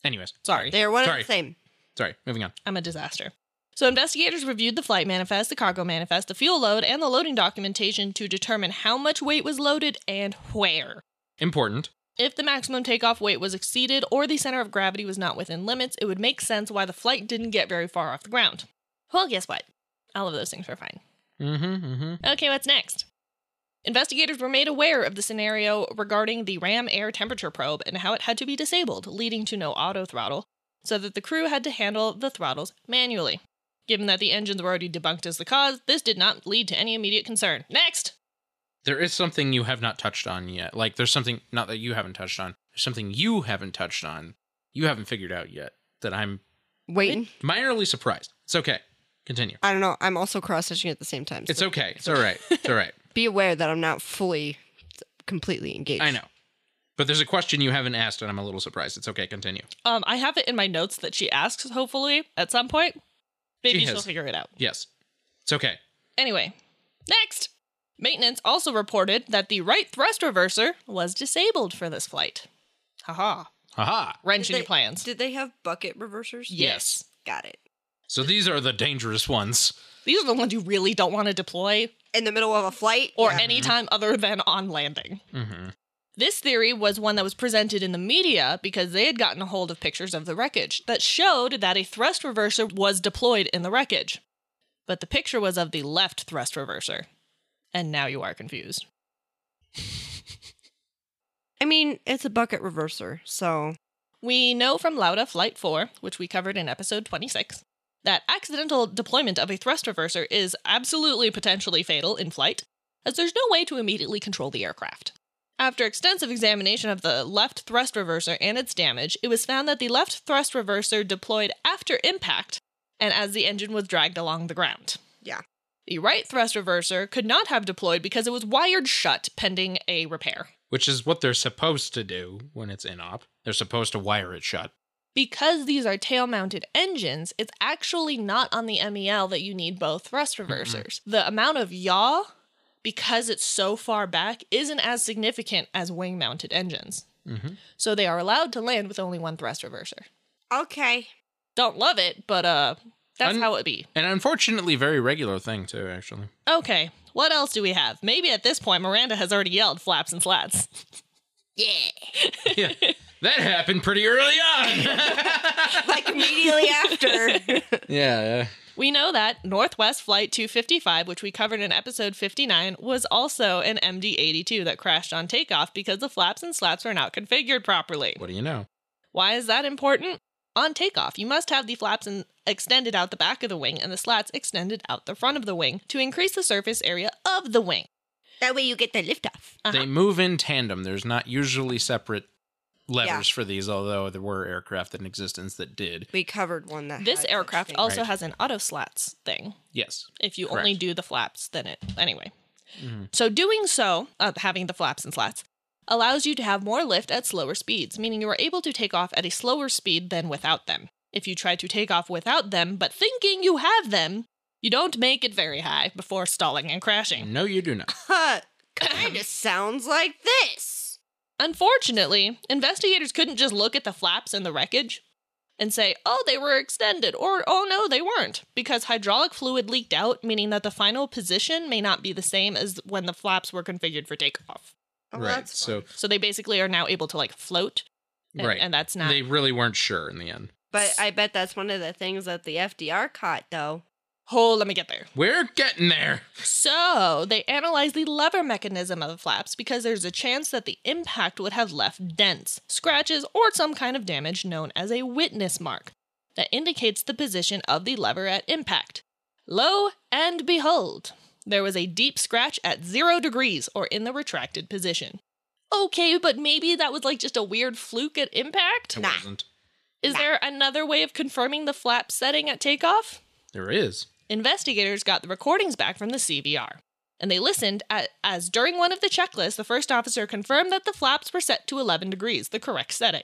Anyways,
Sorry.
They are one
Sorry.
and the same.
sorry, moving on.
I'm a disaster. So, investigators reviewed the flight manifest, the cargo manifest, the fuel load, and the loading documentation to determine how much weight was loaded and where.
Important.
If the maximum takeoff weight was exceeded or the center of gravity was not within limits, it would make sense why the flight didn't get very far off the ground. Well, guess what? All of those things were fine.
Mm hmm, mm hmm.
Okay, what's next? Investigators were made aware of the scenario regarding the RAM air temperature probe and how it had to be disabled, leading to no auto throttle, so that the crew had to handle the throttles manually. Given that the engines were already debunked as the cause, this did not lead to any immediate concern. Next!
There is something you have not touched on yet. Like, there's something, not that you haven't touched on, there's something you haven't touched on, you haven't figured out yet that I'm
Wait,
minorly surprised. It's okay. Continue.
I don't know. I'm also cross stitching at the same time. So
It's okay. It's all right. It's all right.
be aware that I'm not fully completely engaged.
I know. But there's a question you haven't asked, and I'm a little surprised. It's okay. Continue.
Um, I have it in my notes that she asks, hopefully, at some point. Maybe
She
she will
has.
figure it out.
Yes, it's okay.
Anyway, next! Maintenance also reported that the right thrust reverser was disabled for this flight. Haha.
Haha.
Wrench
Did
in your
they-
plans.
Did they have bucket reversers?
Yes.
Got it.
So these are the dangerous ones.
These are the ones you really don't want to deploy
In the middle of a flight?
or
Yeah.
any time other than on landing.
Mm-hmm.
This theory was one that was presented in the media because they had gotten a hold of pictures of the wreckage that showed that a thrust reverser was deployed in the wreckage. But the picture was of the left thrust reverser. And now you are confused.
I mean, it's a bucket reverser, so
We know from Lauda Flight 4, which we covered in episode 26, that accidental deployment of a thrust reverser is absolutely potentially fatal in flight, as there's no way to immediately control the aircraft. After extensive examination of the left thrust reverser and its damage, it was found that the left thrust reverser deployed after impact and as the engine was dragged along the ground.
Yeah.
The right thrust reverser could not have deployed because it was wired shut pending a repair.
Which is what they're supposed to do when it's in op. They're supposed to wire it shut.
because these are tail mounted engines, it's actually not on the MEL that you need both thrust reversers. The amount of yaw, because it's so far back, isn't as significant as wing mounted engines.
Mm-hmm.
So they are allowed to land with only one thrust reverser.
okay.
Don't love it, but uh, that's
Un-
how it be.
An unfortunately very regular thing too, actually.
Okay, what else do we have? Maybe at this point, Miranda has already yelled flaps and slats. Yeah.
Yeah, that happened pretty early on.
Like immediately after.
yeah.
We know that Northwest Flight 255, which we covered in episode 59, was also an MD 82 that crashed on takeoff because the flaps and slats were not configured properly.
What do you know?
Why is that important? On takeoff, you must have the flaps and extended out the back of the wing and the slats extended out the front of the wing to increase the surface area of the wing.
that way you get the liftoff.
Uh-huh.
They move in tandem. There's not usually separate levers for these, although there were aircraft in existence that did.
We covered one that
This
had such
aircraft
thing.
also
Right.
has an auto slats thing.
Yes.
If you only
Correct.
do the flaps, then it. Anyway.
Mhm.
So, doing so, uh, having the flaps and slats, allows you to have more lift at slower speeds, meaning you are able to take off at a slower speed than without them. If you try to take off without them, but thinking you have them, you don't make it very high before stalling and crashing.
No, you do not.
Huh, kinda sounds like this.
Unfortunately, investigators couldn't just look at the flaps and the wreckage and say, oh, they were extended, or oh, no, they weren't, because hydraulic fluid leaked out, meaning that the final position may not be the same as when the flaps were configured for takeoff.
Oh,
right.
that's
so
fun.
So they basically are now able to like float. And,
right.
And that's not.
They really weren't sure in the end.
But I bet that's one of the things that the FDR caught, though.
oh, let me get there.
We're getting there.
So they analyzed the lever mechanism of the flaps because there's a chance that the impact would have left dents, scratches, or some kind of damage known as a witness mark that indicates the position of the lever at impact. Lo and behold, there was a deep scratch at zero degrees or in the retracted position. Okay, but maybe that was like just a weird fluke at impact?
It
Nah.
wasn't.
Is
Nah.
there another way of confirming the flap setting at takeoff?
There is.
Investigators got the recordings back from the CVR, and they listened at, as during one of the checklists, the first officer confirmed that the flaps were set to 11 degrees, the correct setting.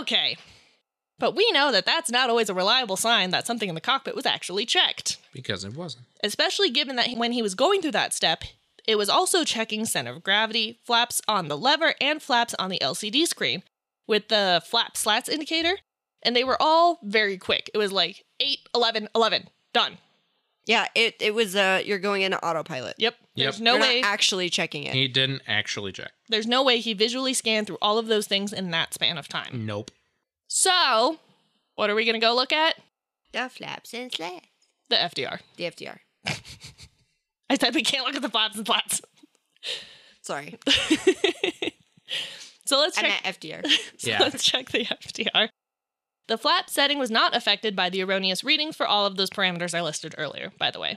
Okay. But we know that that's not always a reliable sign that something in the cockpit was actually checked,
Because it wasn't.
especially given that when he was going through that step, it was also checking center of gravity, flaps on the lever, and flaps on the LCD screen with the flap slats indicator, and they were all very quick. It was like 8, 11, 11, done.
Yeah, it, it was, uh, you're going into autopilot.
Yep.
Yep.
There's no
You're not
way.
actually checking it.
He didn't actually check.
there's no way he visually scanned through all of those things in that span of time.
Nope.
So, what are we gonna go look at?
The flaps and slats.
The FDR.
The FDR.
I said we can't look at the flaps and flats.
Sorry.
So let's
I
check.
meant FDR.
so
Yeah.
let's check the FDR. The flap setting was not affected by the erroneous readings for all of those parameters I listed earlier, by the way.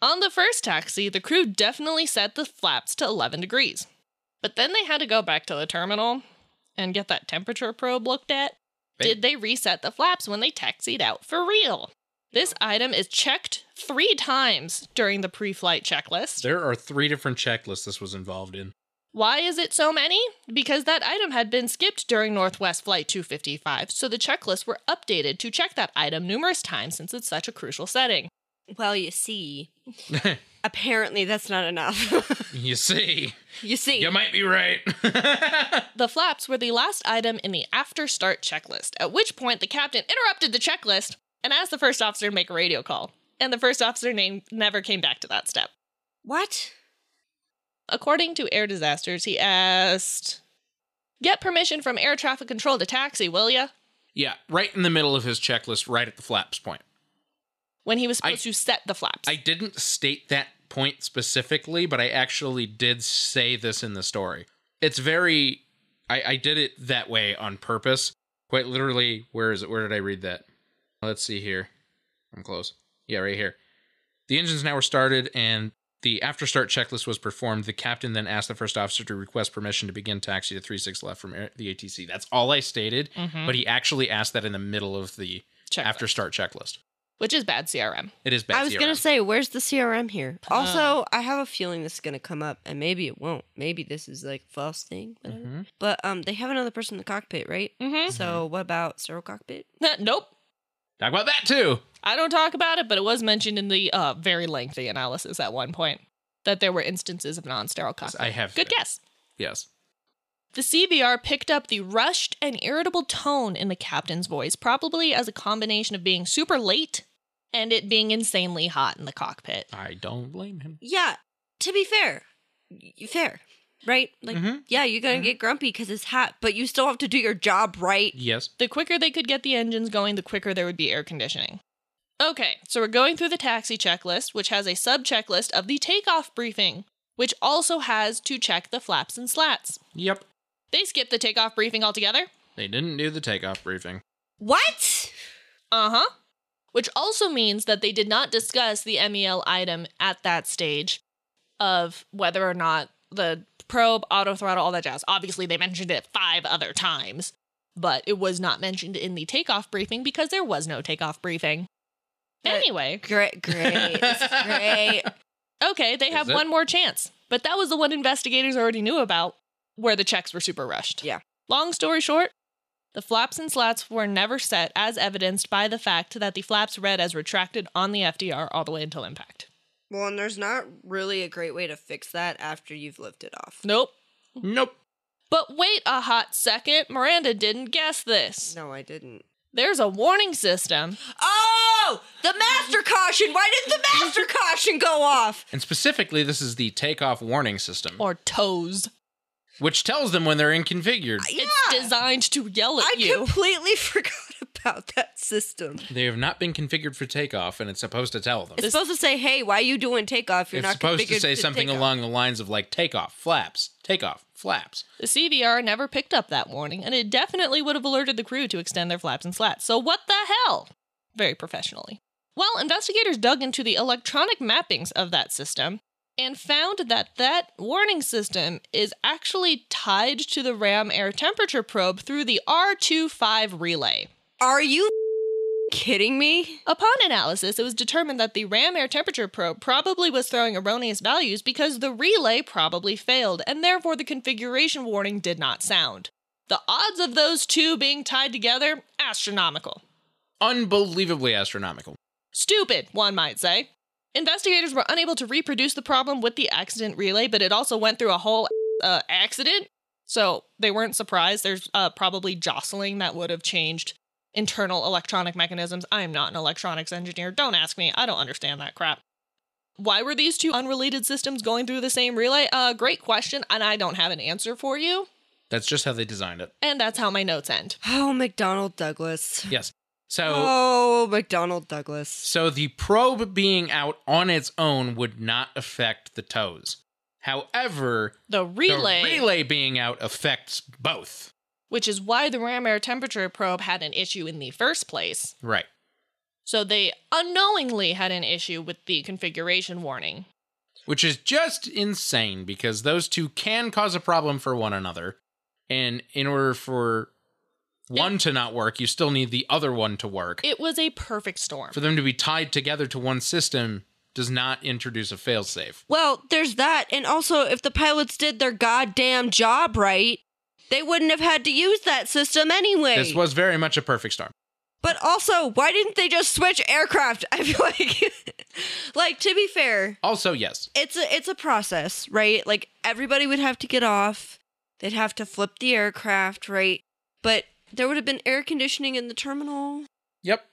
On the first taxi, the crew definitely set the flaps to 11 degrees. But then they had to go back to the terminal and get that temperature probe looked at.
They-
Did they reset the flaps when they taxied out for real? This item is checked three times during the pre flight checklist.
There are three different checklists this was involved in.
Why is it so many? Because that item had been skipped during Northwest Flight 255, so the checklists were updated to check that item numerous times since it's such a crucial setting.
Well, you see, apparently that's not enough.
you see,
you see,
you might be right.
The flaps were the last item in the after start checklist, at which point the captain interrupted the checklist and asked the first officer to make a radio call. And the first officer name never came back to that step.
what?
According to Air Disasters, he asked, Get permission from air traffic control to taxi, will ya?
yeah, right in the middle of his checklist, right at the flaps point.
When he was
I-
supposed to set the flaps.
I didn't state that point specifically, but I actually did say this in the story. It's very, I, I did it that way on purpose. Quite literally, where is it? Where did I read that? Let's see here. I'm close. Yeah, right here. The engines now were started and the after start checklist was performed. The captain then asked the first officer to request permission to begin taxi to 36 left from air- the ATC. That's all I stated,
Mhm.
but he actually asked that in the middle of the
Checklist.
after start checklist.
Which is bad CRM.
It is bad.
I was
CRM.
gonna say, where's the CRM here?
Uh.
Also, I have a feeling this is gonna come up, and maybe it won't. Maybe this is like a false thing.
Mm-hmm.
whatever.
Mhm.
But um, they have another person in the cockpit, right?
Mm
So what about sterile cockpit?
hmm. nope.
Talk about that too.
I don't talk about it, but it was mentioned in the uh, very lengthy analysis at one point that there were instances of non sterile cockpit.
I have
Good guess.
Yes.
The CBR picked up the rushed and irritable tone in the captain's voice, probably as a combination of being super late and it being insanely hot in the cockpit.
I don't blame him.
Yeah. To be fair, y- fair, right? Like,
Mhm.
yeah, you're gonna get grumpy because it's hot, but you still have to do your job right.
Yes.
The quicker they could get the engines going, the quicker there would be air conditioning. Okay, so we're going through the taxi checklist, which has a sub checklist of the takeoff briefing, which also has to check the flaps and slats.
Yep.
They skipped the takeoff briefing altogether.
They didn't do the takeoff briefing.
What?
Uh huh. Which also means that they did not discuss the MEL item at that stage of whether or not the probe, auto throttle, all that jazz. Obviously, they mentioned it five other times, but it was not mentioned in the takeoff briefing because there was no takeoff briefing.
But-
Anyway,
Great, great, this is great.
okay, they
Is
have
it?
one more chance, but that was the one investigators already knew about where the checks were super rushed.
Yeah.
Long story short, the flaps and slats were never set, as evidenced by the fact that the flaps read as retracted on the FDR all the way until impact.
Well, and there's not really a great way to fix that after you've lifted off.
Nope.
Nope.
But wait a hot second, Miranda didn't guess this.
No, I didn't.
There's a warning system.
Oh, the master caution! Why didn't the master caution go off?
And specifically, this is the takeoff warning system,
Or toes.
which tells them when they're inconfigured.
Yeah.
It's designed to yell at
I
you.
completely forgot about that system.
They have not been configured for takeoff, and it's supposed to tell them.
It's supposed to say, "Hey, why you doing takeoff? You're
it's
not
supposed to
configured
say something
takeoff."
along the lines of like takeoff, flaps, takeoff, flaps.
The CVR never picked up that warning, and it definitely would have alerted the crew to extend their flaps and slats. So, what the hell? Very professionally. Well, investigators dug into the electronic mappings of that system and found that that warning system is actually tied to the RAM air temperature probe through the R25 relay.
Are you kidding me?
Upon analysis, it was determined that the RAM air temperature probe probably was throwing erroneous values because the relay probably failed, and therefore the configuration warning did not sound. The odds of those two being tied together? Astronomical.
Unbelievably astronomical.
Stupid, one might say. Investigators were unable to reproduce the problem with the accident relay, but it also went through a whole uh, accident, so they weren't surprised. There's uh, probably jostling that would have changed internal electronic mechanisms. I am not an electronics engineer. Don't ask me. I don't understand that crap. Why were these two unrelated systems going through the same relay? Uh, great question, and I don't have an answer for you.
That's just how they designed it.
And that's how my notes end.
Oh, McDonald Douglas.
Yes. So.
Oh, McDonald Douglas.
So the probe being out on its own would not affect the toes. However,
The relay,
the relay being out affects both.
which is why the RAM air temperature probe had an issue in the first place,
Right.
So they unknowingly had an issue with the configuration warning.
Which is just insane because those two can cause a problem for one another. And in order for one to not work, you still need the other one to work.
It was a perfect storm.
for them to be tied together to one system does not introduce a failsafe.
Well, there's that. And also, if the pilots did their goddamn job right, they wouldn't have had to use that system anyway.
This was very much a perfect storm.
But also, why didn't they just switch aircraft? I feel like, like to be fair,
Also, yes.
it's a it's a process, right? Like everybody would have to get off. They'd have to flip the aircraft, right? But there would have been air conditioning in the terminal,
Yep.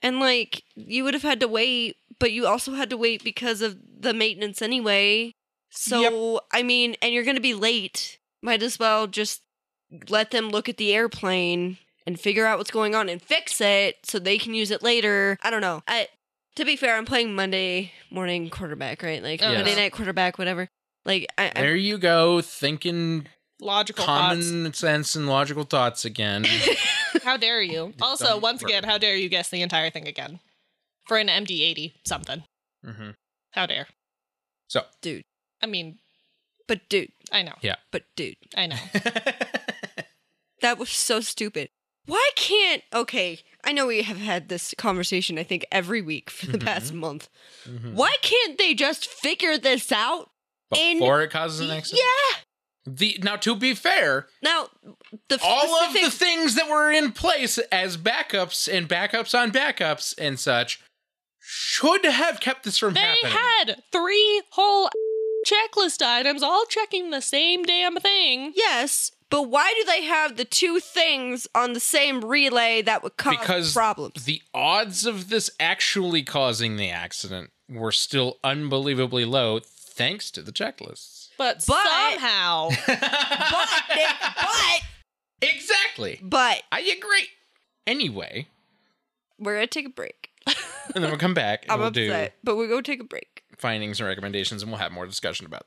and like you would have had to wait, but you also had to wait because of the maintenance anyway. So I mean, and you're gonna be late. Might as well just let them look at the airplane and figure out what's going on and fix it so they can use it later. I don't know. I to be fair, I'm playing Monday morning quarterback, right? Like
Yes.
Monday night quarterback, whatever. Like I, I'm
There you go, thinking
Logical thoughts.
common sense and logical thoughts again.
How dare you? Also,
Don't
once
worry.
again, how dare you guess the entire thing again? For an MD80 something.
hmm
How dare.
So,
dude,
I mean,
but dude,
I know.
but dude,
I know.
that was so stupid. Why can't okay? I know we have had this conversation. I think every week for the
Mm-hmm.
past month.
Mhm.
Why can't they just figure this out? In-
before it causes an accident.
Yeah.
The, now, to be fair,
Now, the
all of
specific-
the things that were in place as backups and backups on backups and such should have kept this from
They
happening.
had three whole checklist items all checking the same damn thing.
Yes, but why do they have the two things on the same relay that would cause
Because-
problems?
the odds of this actually causing the accident were still unbelievably low thanks to the checklists.
But,
But-
somehow,
But, but,
exactly.
but
I agree. Anyway,
we're gonna take a break.
and then we'll come back and
I'm
we'll
upset, but we're gonna take a break.
do findings and recommendations and we'll have more discussion about it.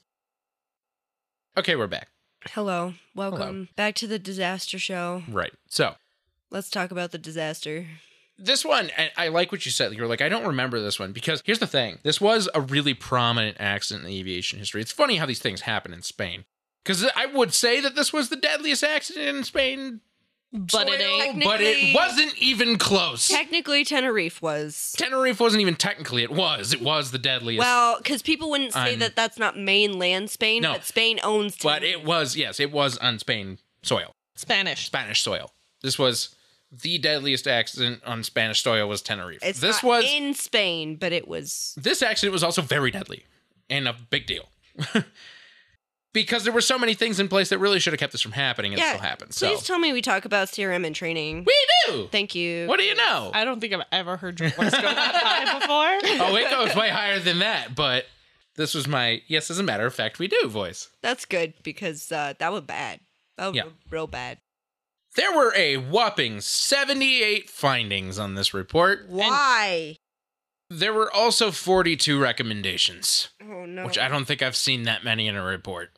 Okay, we're back.
Hello, welcome
Hello.
back to the disaster show.
Right. So,
Let's talk about the disaster.
this one I, I like what you said you're like i don't remember this one because here's the thing this was a really prominent accident in aviation history it's funny how these things happen in spain because i would say that this was the deadliest accident in spain
but it
soil,
ain't.
but
Technically-
it wasn't even close
Technically, Tenerife was
tenerife wasn't even technically it was it was the deadliest
well because people wouldn't say
I'm-
that that's not mainland Spain,
No.
but Spain owns.
but
Tenerife.
it was yes it was on spain soil
Spanish.
spanish soil this was the deadliest accident on spanish soil was tenerife
it's
this
not
was
in Spain, but it was
this accident was also very deadly and a big deal because there were so many things in place that really should have kept this from happening and it still happened. So
Please tell me we talk about CRM and training.
we do.
Thank you.
What do you know?
I don't think I've ever heard your voice go that high before.
oh, it goes way higher than that, but this was my yes, as a matter of fact, we do voice.
That's good because uh, that was bad. That was
Yeah.
real bad.
There were a whopping 78 findings on this report.
Why?
There were also 42 recommendations.
oh no.
which I don't think I've seen that many in a report.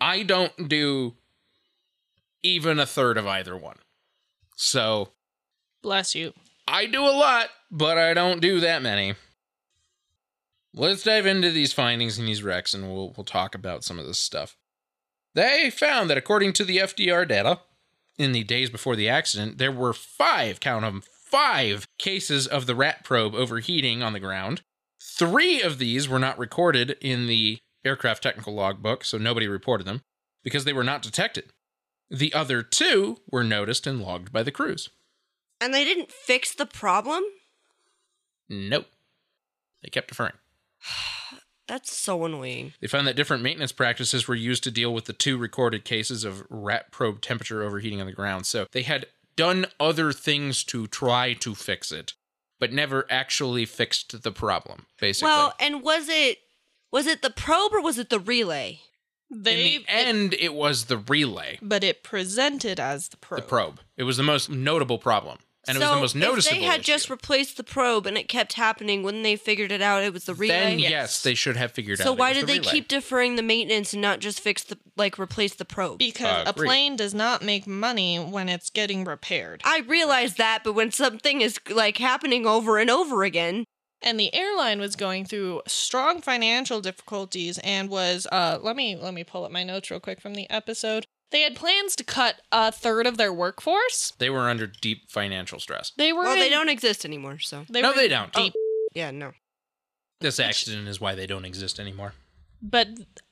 I don't do even a third of either one. So
Bless you.
I do a lot, but I don't do that many. Let's dive into these findings and these wrecks, and we'll, we'll talk about some of this stuff. They found that according to the FDR data, in the days before the accident, there were five, count them, five cases of the rat probe overheating on the ground. Three of these were not recorded in the aircraft technical logbook, so nobody reported them because they were not detected. The other two were noticed and logged by the crews.
and they didn't fix the problem?
Nope. They kept deferring.
That's so annoying.
They found that different maintenance practices were used to deal with the two recorded cases of rat probe temperature overheating on the ground. So they had done other things to try to fix it, but never actually fixed the problem, basically.
Well, and was it was it the probe or was it the relay?
in
They
the end, it was the relay,
but it presented as the probe.
the probe. It was the most notable problem. and it was the most noticeable.
If they had
issue.
just replaced the probe and it kept happening, wouldn't they figured it out? It was the relay.
then yes.
Yes.
they should have figured out.
So
it
why
was
did
the
they
relay.
keep deferring the maintenance and not just fix the like replace the probe?
Because a
Agreed.
plane does not make money when it's getting repaired.
I realize that, but when something is like happening over and over again,
And the airline was going through strong financial difficulties and was uh let me let me pull up my notes real quick from the episode. They had plans to cut a third of their workforce.
They were under deep financial stress.
They were
well, they
in-
don't exist anymore. So
They
No,
were
they
in
don't.
Deep.
yeah, no.
This accident is why they don't exist anymore.
But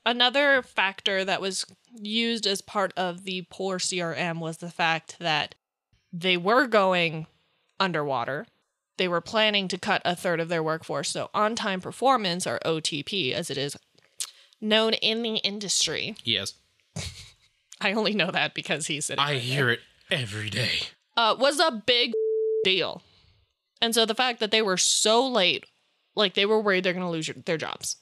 another factor that was used as part of the poor CRM was the fact that they were going underwater. They were planning to cut a third of their workforce. So, on time performance, or OTP as it is known in the industry,
Yes,
I only know that because he said it,
I hear it every day.
uh, was a big deal. And so, the fact that they were so late, like they were worried they're going to lose your, their jobs.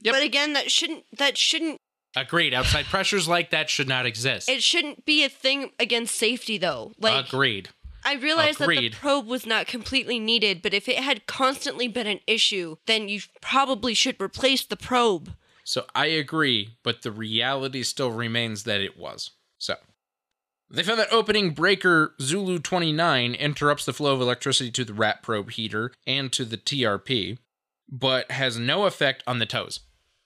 Yep.
But again, that shouldn't that shouldn't
Agreed. Outside pressures like that should not exist.
it shouldn't be a thing against safety though. Like
Agreed.
I realize
Agreed.
that the probe was not completely needed, but if it had constantly been an issue, then you probably should replace the probe.
So I agree, but the reality still remains that it was. So they found that opening breaker Zulu 29 interrupts the flow of electricity to the rat probe heater and to the TRP, but has no effect on the toes.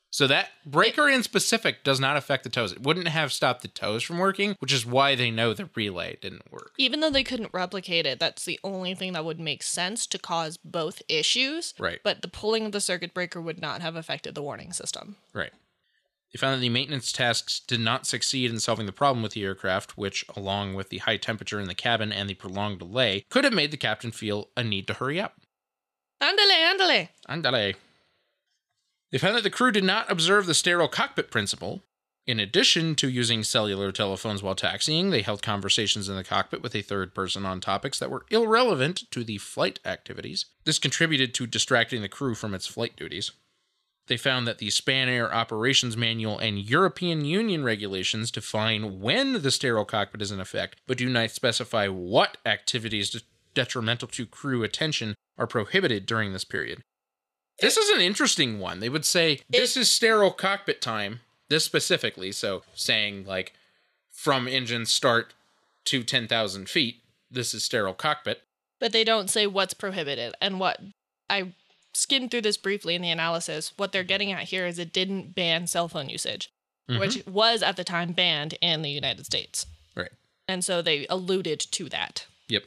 So that breaker in specific does not affect the toes. It wouldn't have stopped the toes from working, which is why they know the relay didn't work.
even though they couldn't replicate it, that's the only thing that would make sense to cause both issues.
Right.
But the pulling of the circuit breaker would not have affected the warning system.
Right. They found that the maintenance tasks did not succeed in solving the problem with the aircraft, which, along with the high temperature in the cabin and the prolonged delay, could have made the captain feel a need to hurry up.
Andale, andale.
And delay. They found that the crew did not observe the sterile cockpit principle. In addition to using cellular telephones while taxiing, they held conversations in the cockpit with a third person on topics that were irrelevant to the flight activities. This contributed to distracting the crew from its flight duties. They found that the Spanair Operations Manual and European Union regulations define when the sterile cockpit is in effect, but do not specify what activities de- detrimental to crew attention are prohibited during this period. This is an interesting one. They would say, This is sterile cockpit time, this specifically. So, saying like from engine start to 10,000 feet, this is sterile cockpit.
But they don't say what's prohibited and what I skimmed through this briefly in the analysis. What they're getting at here is it didn't ban cell phone usage, which was at the time banned in the United States.
Right.
And so they alluded to that.
Yep.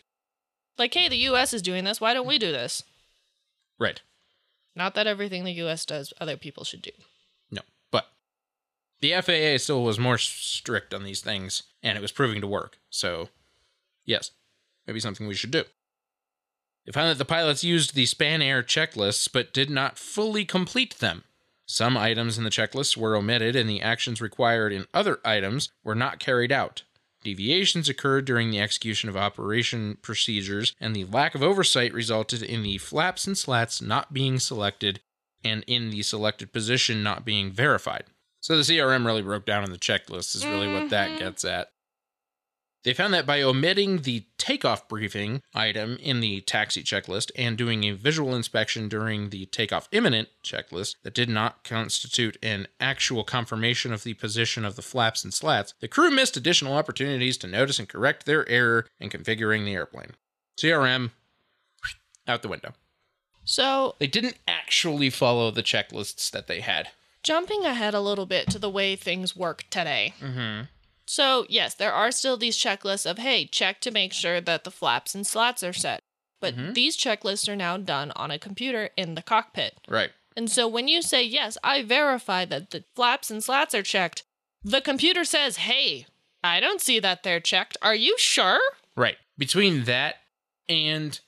Like, hey, the US is doing this. Why don't we do this?
Right.
Not that everything the US does, other people should do.
No. But the FAA still was more strict on these things, and it was proving to work. So, yes, maybe something we should do. They found that the pilots used the span air checklists but did not fully complete them. Some items in the checklists were omitted, and the actions required in other items were not carried out. Deviations occurred during the execution of operation procedures, and the lack of oversight resulted in the flaps and slats not being selected and in the selected position not being verified. So the CRM really broke down in the checklist, is really what that gets at. They found that by omitting the takeoff briefing item in the taxi checklist and doing a visual inspection during the takeoff imminent checklist that did not constitute an actual confirmation of the position of the flaps and slats, the crew missed additional opportunities to notice and correct their error in configuring the airplane. CRM out the window.
So
They didn't actually follow the checklists that they had.
jumping ahead a little bit to the way things work today.
Mm-hmm.
So, yes, there are still these checklists of, hey, check to make sure that the flaps and slats are set. But these checklists are now done on a computer in the cockpit.
Right.
And so when you say, yes, I verify that the flaps and slats are checked, the computer says, hey, I don't see that they're checked. Are you sure?
Right. Between that and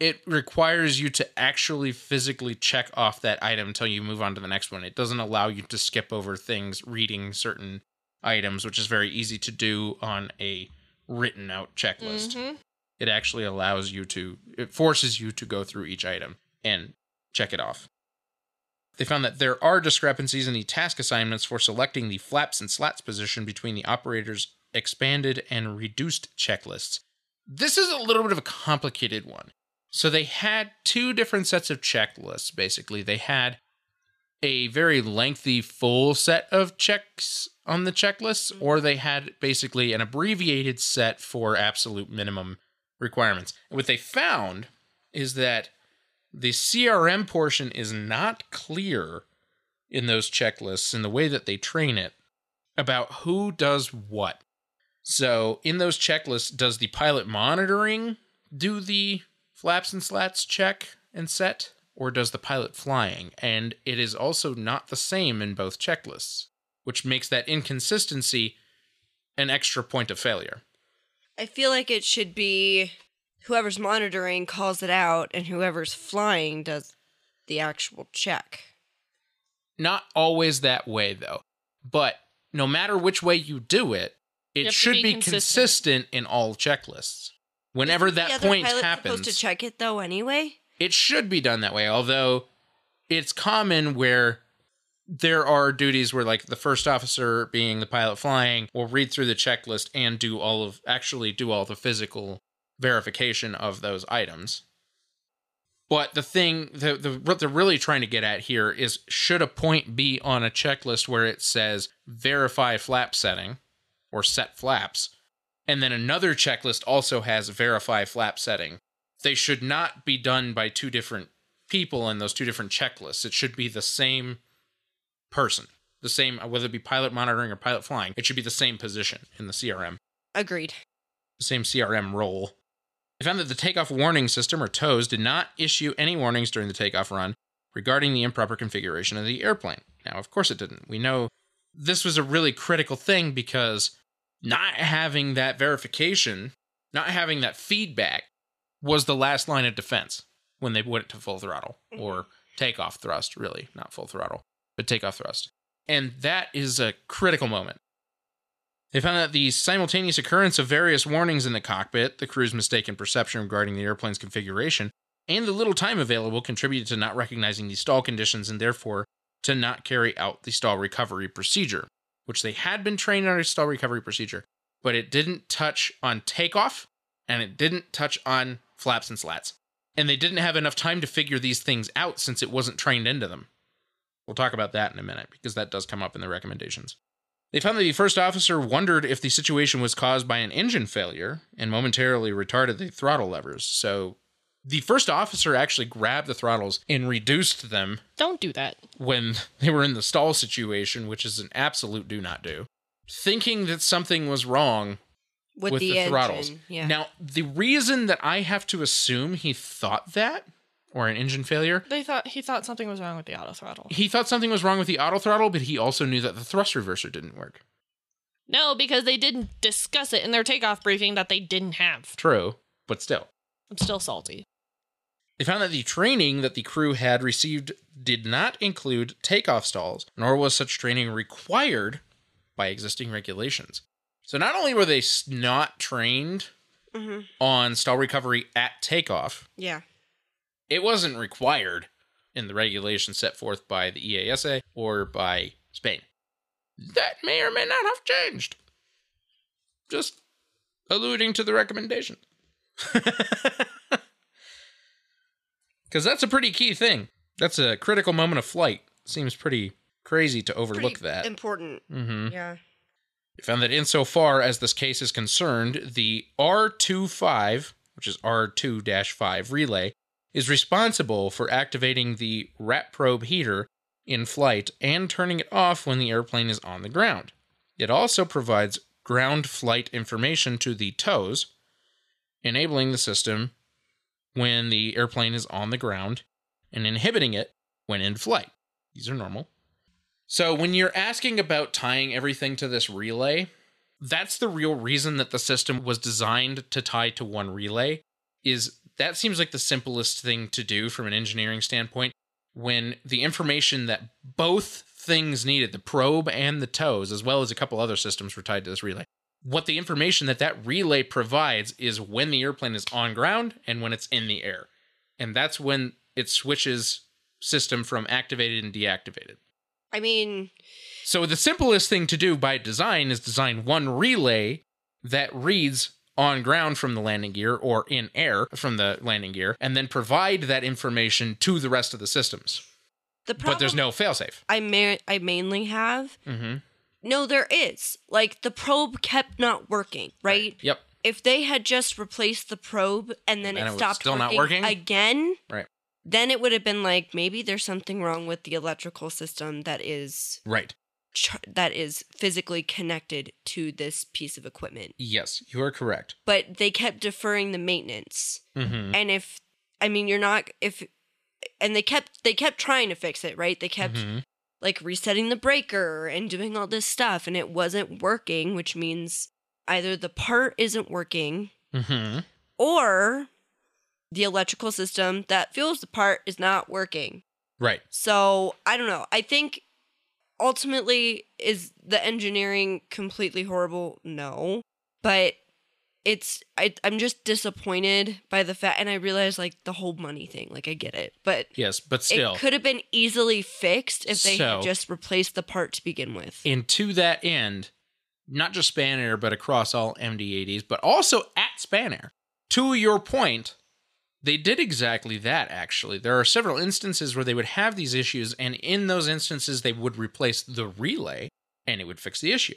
it requires you to actually physically check off that item until you move on to the next one. It doesn't allow you to skip over things, reading certain items, which is very easy to do on a written out checklist.
Mhm.
It actually allows you to, it forces you to go through each item and check it off. They found that there are discrepancies in the task assignments for selecting the flaps and slats position between the operator's expanded and reduced checklists. This is a little bit of a complicated one. So they had two different sets of checklists, basically. They had a very lengthy full set of checks on the checklists, or they had basically an abbreviated set for absolute minimum requirements. And what they found is that the CRM portion is not clear in those checklists in the way that they train it about who does what. So in those checklists, does the pilot monitoring do the flaps and slats check and set, or does the pilot flying? And it is also not the same in both checklists, which makes that inconsistency an extra point of failure.
I feel like it should be whoever's monitoring calls it out and whoever's flying does the actual check.
Not always that way though, but no matter which way you do it,
You
it
have to
should
be
be consistent.
consistent.
in all checklists. Whenever
Isn't the
that
other
point
pilot
happens,
supposed to check it though anyway?
it should be done that way although it's common where there are duties where like the first officer being the pilot flying will read through the checklist and do all of actually do all the physical verification of those items but the thing the, the what they're really trying to get at here is should a point be on a checklist where it says verify flap setting or set flaps and then another checklist also has verify flap setting they should not be done by two different people in those two different checklists. It should be the same person, the same, whether it be pilot monitoring or pilot flying, it should be the same position in the CRM,
Agreed.
the same CRM role. They found that the takeoff warning system, or TOWS, did not issue any warnings during the takeoff run regarding the improper configuration of the airplane. Now, of course, it didn't. We know this was a really critical thing because not having that verification, not having that feedback, was the last line of defense when they went to full throttle or takeoff thrust, really, not full throttle, but takeoff thrust. And that is a critical moment. They found that the simultaneous occurrence of various warnings in the cockpit, the crew's mistaken perception regarding the airplane's configuration, and the little time available contributed to not recognizing the stall conditions and therefore to not carry out the stall recovery procedure, which they had been trained on a stall recovery procedure, but it didn't touch on takeoff and it didn't touch on flaps and slats. And they didn't have enough time to figure these things out since it wasn't trained into them. We'll talk about that in a minute because that does come up in the recommendations. They found that the first officer wondered if the situation was caused by an engine failure and momentarily retarded the throttle levers. So the first officer actually grabbed the throttles and reduced them
Don't do that.
when they were in the stall situation, which is an absolute do not do, thinking that something was wrong
With,
with the,
the, engine.
throttles.
Yeah.
Now, the reason that I have to assume he thought that, or an engine failure,
They thought he thought something was wrong with the auto throttle.
he thought something was wrong with the auto throttle, but he also knew that the thrust reverser didn't work.
No, because they didn't discuss it in their takeoff briefing that they didn't have.
True, but still.
I'm still salty.
They found that the training that the crew had received did not include takeoff stalls, nor was such training required by existing regulations. So not only were they s- not trained
hmm
on stall recovery at takeoff,
Yeah.
it wasn't required in the regulations set forth by the E EASA or by Spain. That may or may not have changed. Just alluding to the recommendation. Because that's a pretty key thing. That's a critical moment of flight. Seems pretty crazy to overlook
Pretty
that.
Important.
mm-hmm.
Yeah.
It found that insofar as this case is concerned, the R25, which is R2 5 relay, is responsible for activating the rat probe heater in flight and turning it off when the airplane is on the ground. It also provides ground flight information to the tows, enabling the system when the airplane is on the ground and inhibiting it when in flight. These are normal. So when you're asking about tying everything to this relay, that's the real reason that the system was designed to tie to one relay is that seems like the simplest thing to do from an engineering standpoint when the information that both things needed the probe and the toes as well as a couple other systems were tied to this relay what the information that that relay provides is when the airplane is on ground and when it's in the air and that's when it switches system from activated and deactivated
I mean,
so the simplest thing to do by design is design one relay that reads on ground from the landing gear or in air from the landing gear, and then provide that information to the rest of the systems.
The problem
But there's no failsafe. Mm-hmm.
I ma- I mainly have. No, there is. Like the probe kept not working, right?
Yep.
If they had just replaced the probe and then
And it
it
was
stopped
still not
working,
working?
again,
Right.
then it would have been like maybe there's something wrong with the electrical system that is
Right.
ch- that is physically connected to this piece of equipment.
Yes, you are correct.
But they kept deferring the maintenance.
Mm-hmm.
and if i mean you're not if and they kept they kept trying to fix it right they kept
Mhm.
like resetting the breaker and doing all this stuff and it wasn't working which means either the part isn't working
Mm-hmm.
or the electrical system that fuels the part is not working
Right.
so i don't know i think ultimately is the engineering completely horrible no but it's I, i'm just disappointed by the fact and i realize like the whole money thing like i get it but
Yes, but still.
it could have been easily fixed if they
So-
had just replaced the part to begin with
And to that end, not just Spanair, but across all MD80s, but also at Spanair. To your point, they did exactly that, actually. There are several instances where they would have these issues, and in those instances, they would replace the relay and it would fix the issue.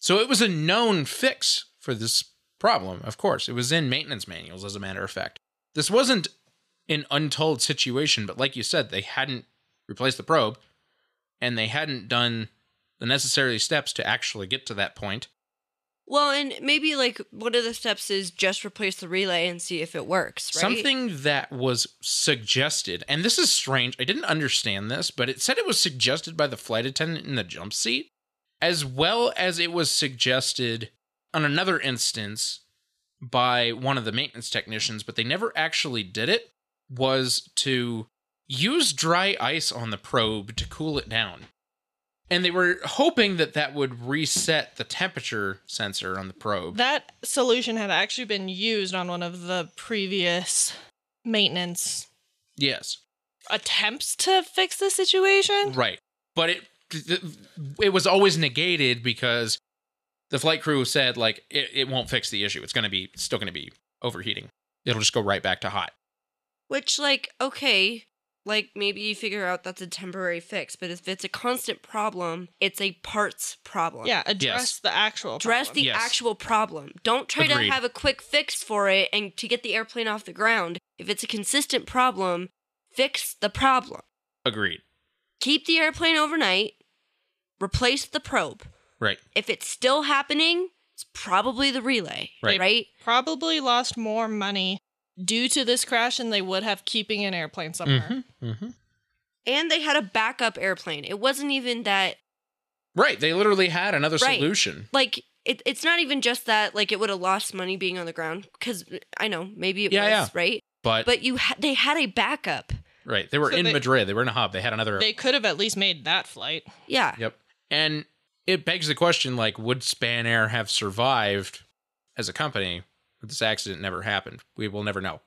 So it was a known fix for this problem, of course. It was in maintenance manuals, as a matter of fact. This wasn't an untold situation, but like you said, they hadn't replaced the probe and they hadn't done the necessary steps to actually get to that point.
well and maybe like one of the steps is just replace the relay and see if it works right
Something that was suggested, and this is strange, I didn't understand this, but it said it was suggested by the flight attendant in the jump seat, as well as it was suggested on another instance by one of the maintenance technicians, but they never actually did it, was to use dry ice on the probe to cool it down. And they were hoping that that would reset the temperature sensor on the probe.
That solution had actually been used on one of the previous maintenance
yes.
attempts to fix the situation.
Right. But it it was always negated because the flight crew said like it, it won't fix the issue. It's going to be it's still going to be overheating. It'll just go right back to hot.
Which, like, okay, like maybe you figure out that's a temporary fix, but if it's a constant problem, it's a parts problem.
Yeah, address
Yes.
the actual
Address the
problem.
Yes.
actual problem. Don't try
Agreed.
to have a quick fix for it and to get the airplane off the ground. If it's a consistent problem, fix the problem.
Agreed.
Keep the airplane overnight, replace the probe.
Right.
If it's still happening, it's probably the relay,
Right.
right?
probably lost more money due to this crash than they would have keeping an airplane somewhere.
Mm-hmm.
And they had a backup airplane. It wasn't even that
Right. They literally had another
Right.
solution.
like it, it's not even just that like it would have lost money being on the ground because i know maybe it
Yeah,
was
yeah.
right
But,
but you ha- they had a backup
right, they were
So
in
they-
Madrid. They were in a hub. They had another
They could have at least made that flight.
yeah
Yep. And it begs the question like, would Span Air have survived as a company if this accident never happened? We will never know.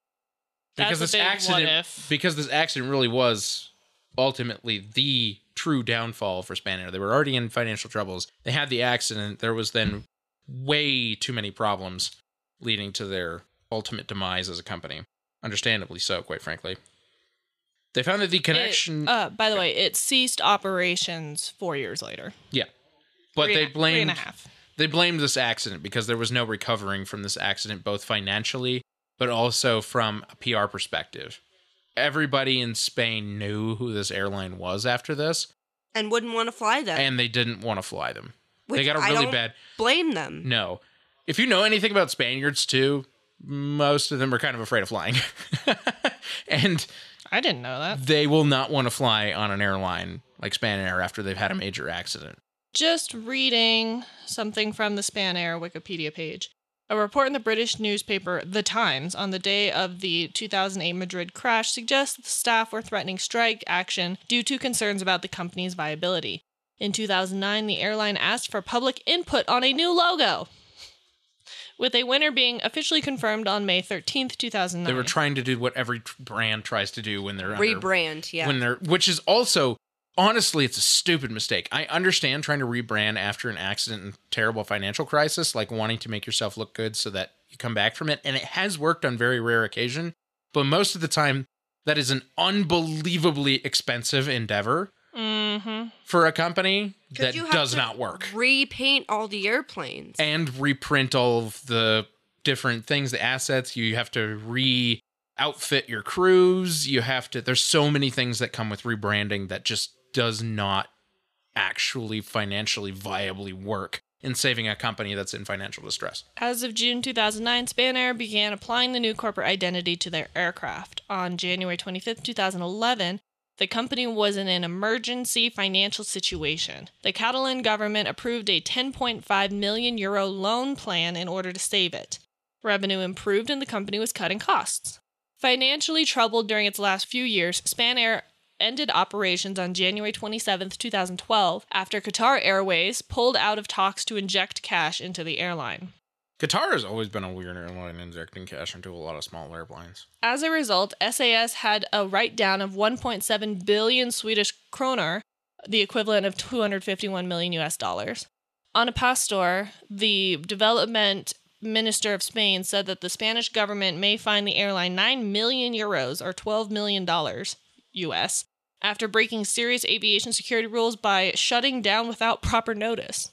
That's a big what
accident
if.
because this accident really was ultimately the true downfall for Span Air. They were already in financial troubles. They had the accident. There was then way too many problems leading to their ultimate demise as a company. Understandably so, quite frankly. They found that the connection
It- uh, by the way, it ceased operations four years later.
Yeah. But
Three
they
and a- three and
blamed
a half.
they blamed this accident because there was no recovering from this accident both financially but also from a PR perspective. Everybody in Spain knew who this airline was after this
and wouldn't want to fly them
and they didn't want to fly them.
which
they got a
I
really
don't
bad
blame them
no. If you know anything about Spaniards too, most of them are kind of afraid of flying. and
I didn't know that.
they will not want to fly on an airline like Spanair after they've had a major accident.
Just reading something from the Spanair Wikipedia page. A report in the British newspaper The Times on the day of the 2008 Madrid crash suggests the staff were threatening strike action due to concerns about the company's viability. In 2009, the airline asked for public input on a new logo, with a winner being officially confirmed on May 13th, 2009.
They were trying to do what every tr- brand tries to do when they're under-
rebrand yeah
when they're which is also honestly it's a stupid mistake. I understand trying to rebrand after an accident and terrible financial crisis like wanting to make yourself look good so that you come back from it. And it has worked on very rare occasion, but most of the time, that is an unbelievably expensive endeavor
Mm-hmm.
for a company
'Cause
that
you have
does
to
not work.
Repaint all the airplanes.
and reprint all of the different things, the assets. You have to re outfit your crews. You have to, there's so many things that come with rebranding that just does not actually financially viably work in saving a company that's in financial distress.
As of June 2009, Spanair began applying the new corporate identity to their aircraft. On January 25, 2011, the company was in an emergency financial situation. The Catalan government approved a 10.5 million euro loan plan in order to save it. Revenue improved and the company was cutting costs. Financially troubled during its last few years, Spanair ended operations on January 27, 2012, after Qatar Airways pulled out of talks to inject cash into the airline.
Qatar has always been a weird airline injecting cash into a lot of small airplanes.
As a result, SAS had a write down of 1.7 billion Swedish kroner, the equivalent of 251 million US dollars. Ana Pastor, the development minister of Spain, said that the Spanish government may fine the airline 9 million euros or 12 million dollars US after breaking serious aviation security rules by shutting down without proper notice.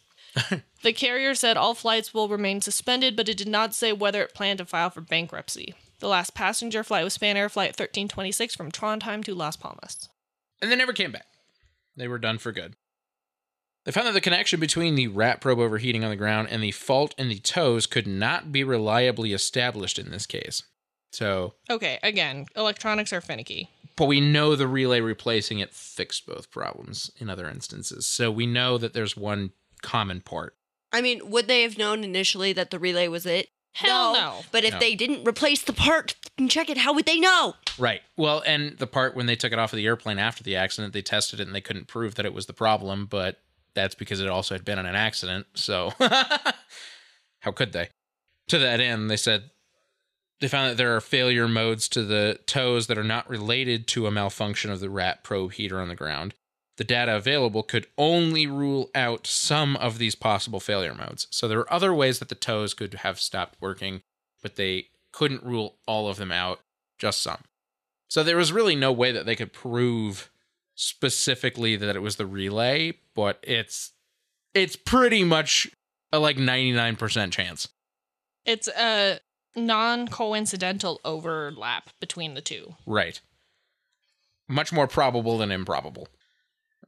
the carrier said all flights will remain suspended, but it did not say whether it planned to file for bankruptcy. The last passenger flight was Spanair Flight 1326 from Trondheim to Las Palmas.
And they never came back. They were done for good. They found that the connection between the rat probe overheating on the ground and the fault in the toes could not be reliably established in this case. So,
Okay, again, electronics are finicky.
but we know the relay replacing it fixed both problems in other instances. So we know that there's one common part.
I mean, would they have known initially that the relay was it?
Hell no.
But if
No.
they didn't replace the part and check it, how would they know?
Right. Well, and the part when they took it off of the airplane after the accident, they tested it and they couldn't prove that it was the problem, but that's because it also had been in an accident. So how could they? To that end, they said they found that there are failure modes to the toes that are not related to a malfunction of the rat probe heater on the ground. The data available could only rule out some of these possible failure modes. So there are other ways that the toes could have stopped working, but they couldn't rule all of them out, just some. So there was really no way that they could prove specifically that it was the relay, but it's it's pretty much a like 99% chance.
It's a non coincidental overlap between the two.
Right. Much more probable than improbable.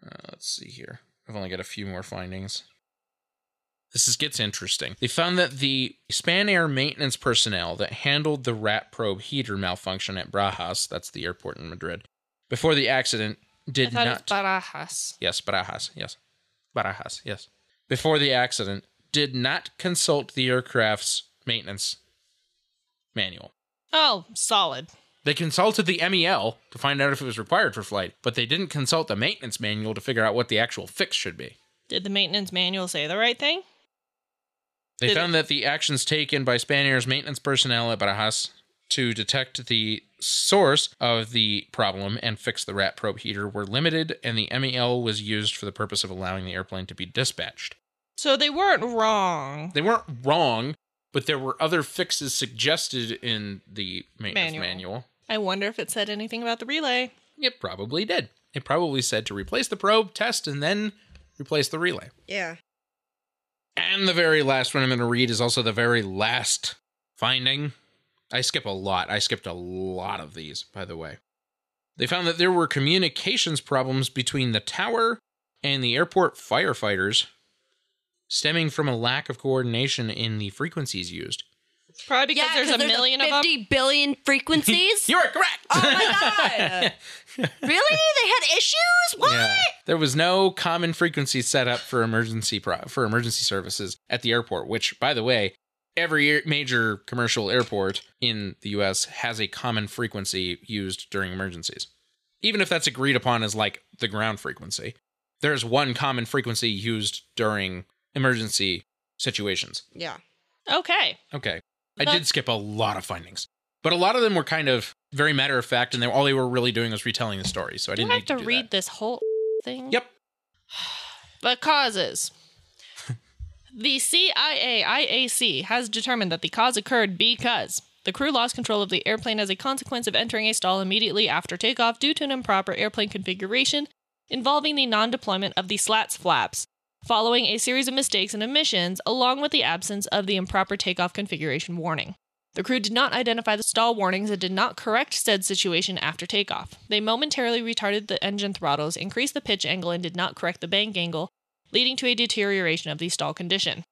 Uh, let's see here. I've only got a few more findings. This is, gets interesting. They found that the Spanair maintenance personnel that handled the rat probe heater malfunction at Brajas, that's the airport in Madrid, before the accident did
I thought
not.
it's Barajas.
Yes, Barajas. Yes. Barajas. Yes. Before the accident, did not consult the aircraft's maintenance manual.
Oh, solid.
They consulted the MEL to find out if it was required for flight, but they didn't consult the maintenance manual to figure out what the actual fix should be.
Did the maintenance manual say the right thing?
They
Did
found that the actions taken by Spanair's maintenance personnel at Barajas to detect the source of the problem and fix the rat probe heater were limited, and the MEL was used for the purpose of allowing the airplane to be dispatched.
So they weren't wrong.
they weren't wrong, but there were other fixes suggested in the maintenance manual.
Manual. I wonder if it said anything about the relay.
It probably did. It probably said to replace the probe, test, and then replace the relay.
Yeah.
And the very last one I'm going to read is also the very last finding. I skip a lot. I skipped a lot of these, by the way. They found that there were communications problems between the tower and the airport firefighters stemming from a lack of coordination in the frequencies used.
Probably because
yeah,
there's a million of them.
50 billion frequencies?
You are correct.
oh my God. really? They had issues? What?
Yeah. There was no common frequency set up for emergency pro- for emergency services at the airport, which, by the way, every air- major commercial airport in the U.S. has a common frequency used during emergencies, even if that's agreed upon as like the ground frequency. There's one common frequency used during emergency situations.
Yeah.
Okay.
Okay. I
But-
did skip a lot of findings, but a lot of them were kind of very matter of fact, and they, all they were really doing was retelling the story. So I
Do
didn't
I have
need to,
to
do
read
that.
this whole thing?
Yep.
The causes. The CIA IAC has determined that the cause occurred because the crew lost control of the airplane as a consequence of entering a stall immediately after takeoff due to an improper airplane configuration involving the non deployment of the slats flaps, following a series of mistakes and omissions, along with the absence of the improper takeoff configuration warning. The crew did not identify the stall warnings and did not correct said situation after takeoff. They momentarily retarded the engine throttles, increased the pitch angle, and did not correct the bank angle, leading to a deterioration of the stall condition.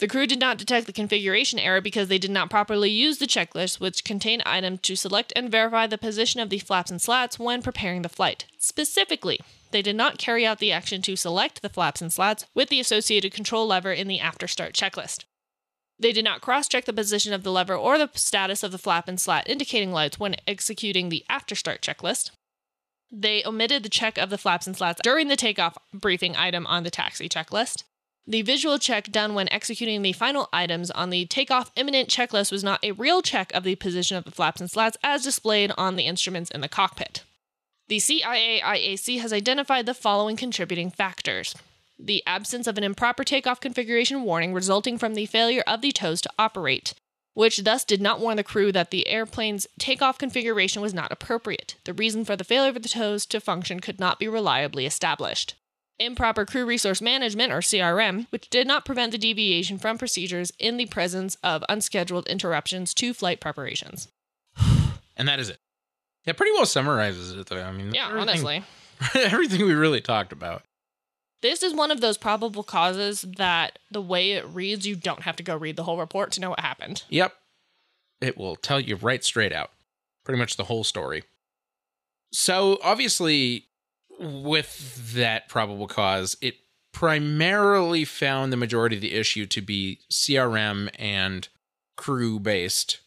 The crew did not detect the configuration error because they did not properly use the checklist, which contain items to select and verify the position of the flaps and slats when preparing the flight. Specifically, they did not carry out the action to select the flaps and slats with the associated control lever in the after start checklist. They did not cross check the position of the lever or the status of the flap and slat indicating lights when executing the after start checklist. They omitted the check of the flaps and slats during the takeoff briefing item on the taxi checklist. The visual check done when executing the final items on the takeoff imminent checklist was not a real check of the position of the flaps and slats as displayed on the instruments in the cockpit. The CIA IAC has identified the following contributing factors the absence of an improper takeoff configuration warning resulting from the failure of the tows to operate, which thus did not warn the crew that the airplane's takeoff configuration was not appropriate. The reason for the failure of the tows to function could not be reliably established. Improper crew resource management, or CRM, which did not prevent the deviation from procedures in the presence of unscheduled interruptions to flight preparations.
And that is it. That pretty well summarizes it, though. I mean,
Yeah,
everything-
honestly.
everything we really talked about.
This is one of those probable causes that the way it reads, you don't have to go read the whole report to know what happened.
Yep. It will tell you right straight out. Pretty much the whole story. So, obviously, with that probable cause, it primarily found the majority of the issue to be CRM and crew based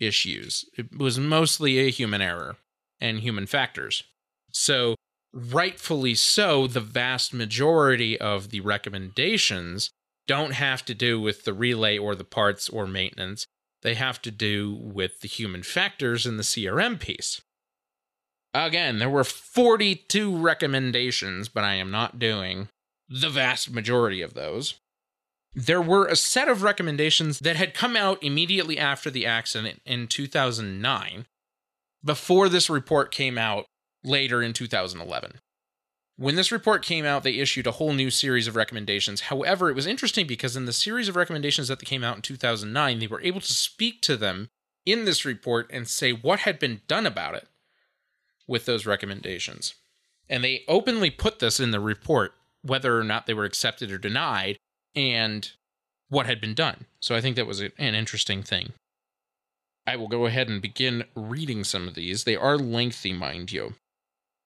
issues. It was mostly a human error and human factors. So, rightfully so, the vast majority of the recommendations don't have to do with the relay or the parts or maintenance. They have to do with the human factors in the CRM piece. Again, there were 42 recommendations, but I am not doing the vast majority of those. There were a set of recommendations that had come out immediately after the accident in 2009, before this report came out later in 2011. When this report came out, they issued a whole new series of recommendations. However, it was interesting because in the series of recommendations that came out in 2009, they were able to speak to them in this report and say what had been done about it with those recommendations. And they openly put this in the report, whether or not they were accepted or denied, and what had been done. So I think that was a- an interesting thing. I will go ahead and begin reading some of these. They are lengthy, mind you.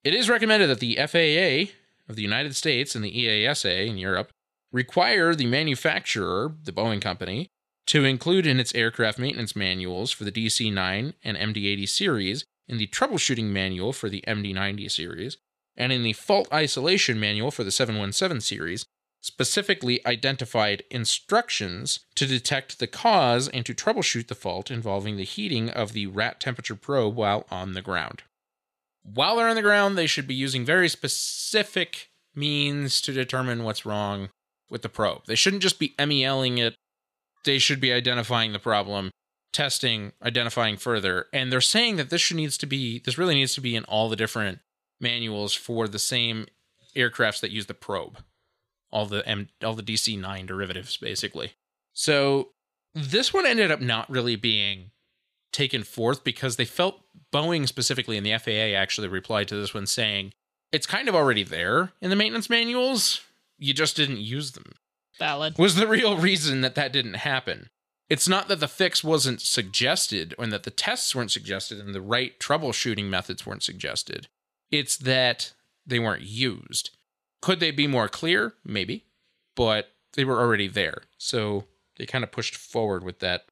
It is recommended that the FAA of the United States and the E EASA in Europe require the manufacturer, the Boeing company, to include in its aircraft maintenance manuals for the DC 9 and MD 80 series, in the troubleshooting manual for the MD 90 series, and in the fault isolation manual for the 717 series, specifically identified instructions to detect the cause and to troubleshoot the fault involving the heating of the rat temperature probe while on the ground while they're on the ground, they should be using very specific means to determine what's wrong with the probe. They shouldn't just be MELing it. They should be identifying the problem, testing, identifying further. And they're saying that this should needs to be this really needs to be in all the different manuals for the same aircrafts that use the probe. All the M, all the DC-9 derivatives basically. So, this one ended up not really being taken forth because they felt Boeing specifically and the FAA actually replied to this one saying it's kind of already there in the maintenance manuals. You just didn't use them.
Valid.
Was the real reason that that didn't happen. It's not that the fix wasn't suggested and that the tests weren't suggested and the right troubleshooting methods weren't suggested. It's that they weren't used. Could they be more clear? Maybe, but they were already there. So they kind of pushed forward with that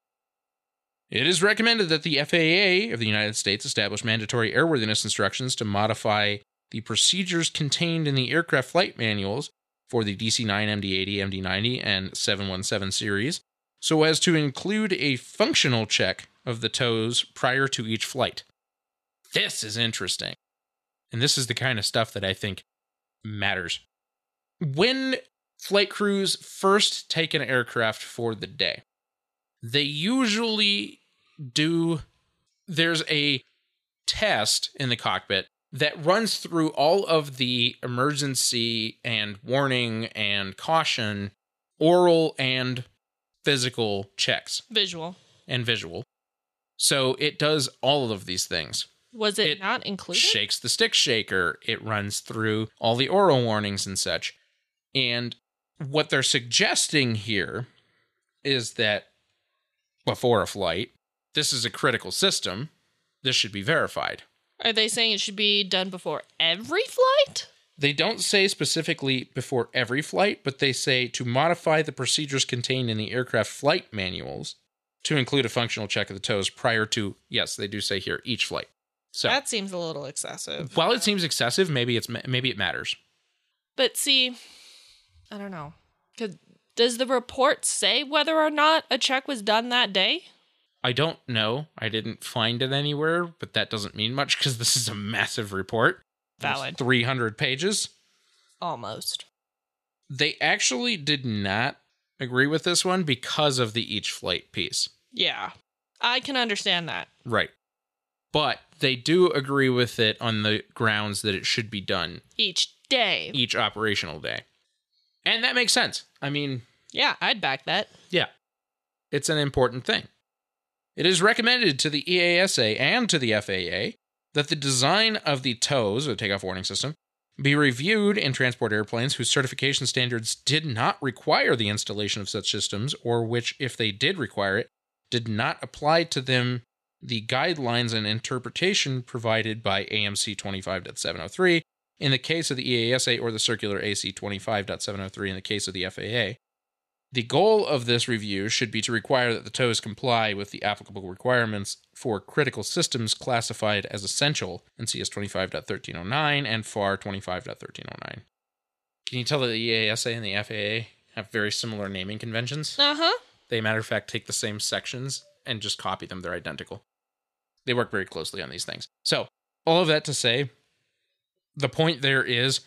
it is recommended that the FAA of the United States establish mandatory airworthiness instructions to modify the procedures contained in the aircraft flight manuals for the DC 9, MD 80, MD 90, and 717 series so as to include a functional check of the toes prior to each flight. This is interesting. And this is the kind of stuff that I think matters. When Flight crews first take an aircraft for the day. They usually do, there's a test in the cockpit that runs through all of the emergency and warning and caution, oral and physical checks
Visual.
and visual. So it does all of these things.
Was it,
It-
not included?
Shakes the stick shaker. It runs through all the oral warnings and such. And what they're suggesting here is that before a flight, this is a critical system. This should be verified.
Are they saying it should be done before every flight?
They don't say specifically before every flight, but they say to modify the procedures contained in the aircraft flight manuals to include a functional check of the toes prior to, yes, they do say here, each flight. So
That seems a little excessive.
while it seems excessive, maybe it's maybe it matters.
But see, I don't know. 'Cause does the report say whether or not a check was done that day?
I don't know. I didn't find it anywhere, but that doesn't mean much because this is a massive report.
Valid.
300 pages.
Almost.
They actually did not agree with this one because of the each flight piece.
Yeah. I can understand that.
Right. But they do agree with it on the grounds that it should be done
Each day.
each operational day. And that makes sense. I mean,
Yeah, I'd back that.
yeah, it's an important thing. It is recommended to the E EASA and to the FAA that the design of the TOWS, or takeoff warning system, be reviewed in transport airplanes whose certification standards did not require the installation of such systems, or which, if they did require it, did not apply to them the guidelines and interpretation provided by AMC 25.703 in the case of the E EASA or the circular AC 25.703 in the case of the FAA. The goal of this review should be to require that the TOWs comply with the applicable requirements for critical systems classified as essential in CS 25.1309 and FAR 25.1309. Can you tell that the E EASA and the FAA have very similar naming conventions?
Uh huh.
They, matter of fact, take the same sections and just copy them. They're identical. They work very closely on these things. So, all of that to say, the point there is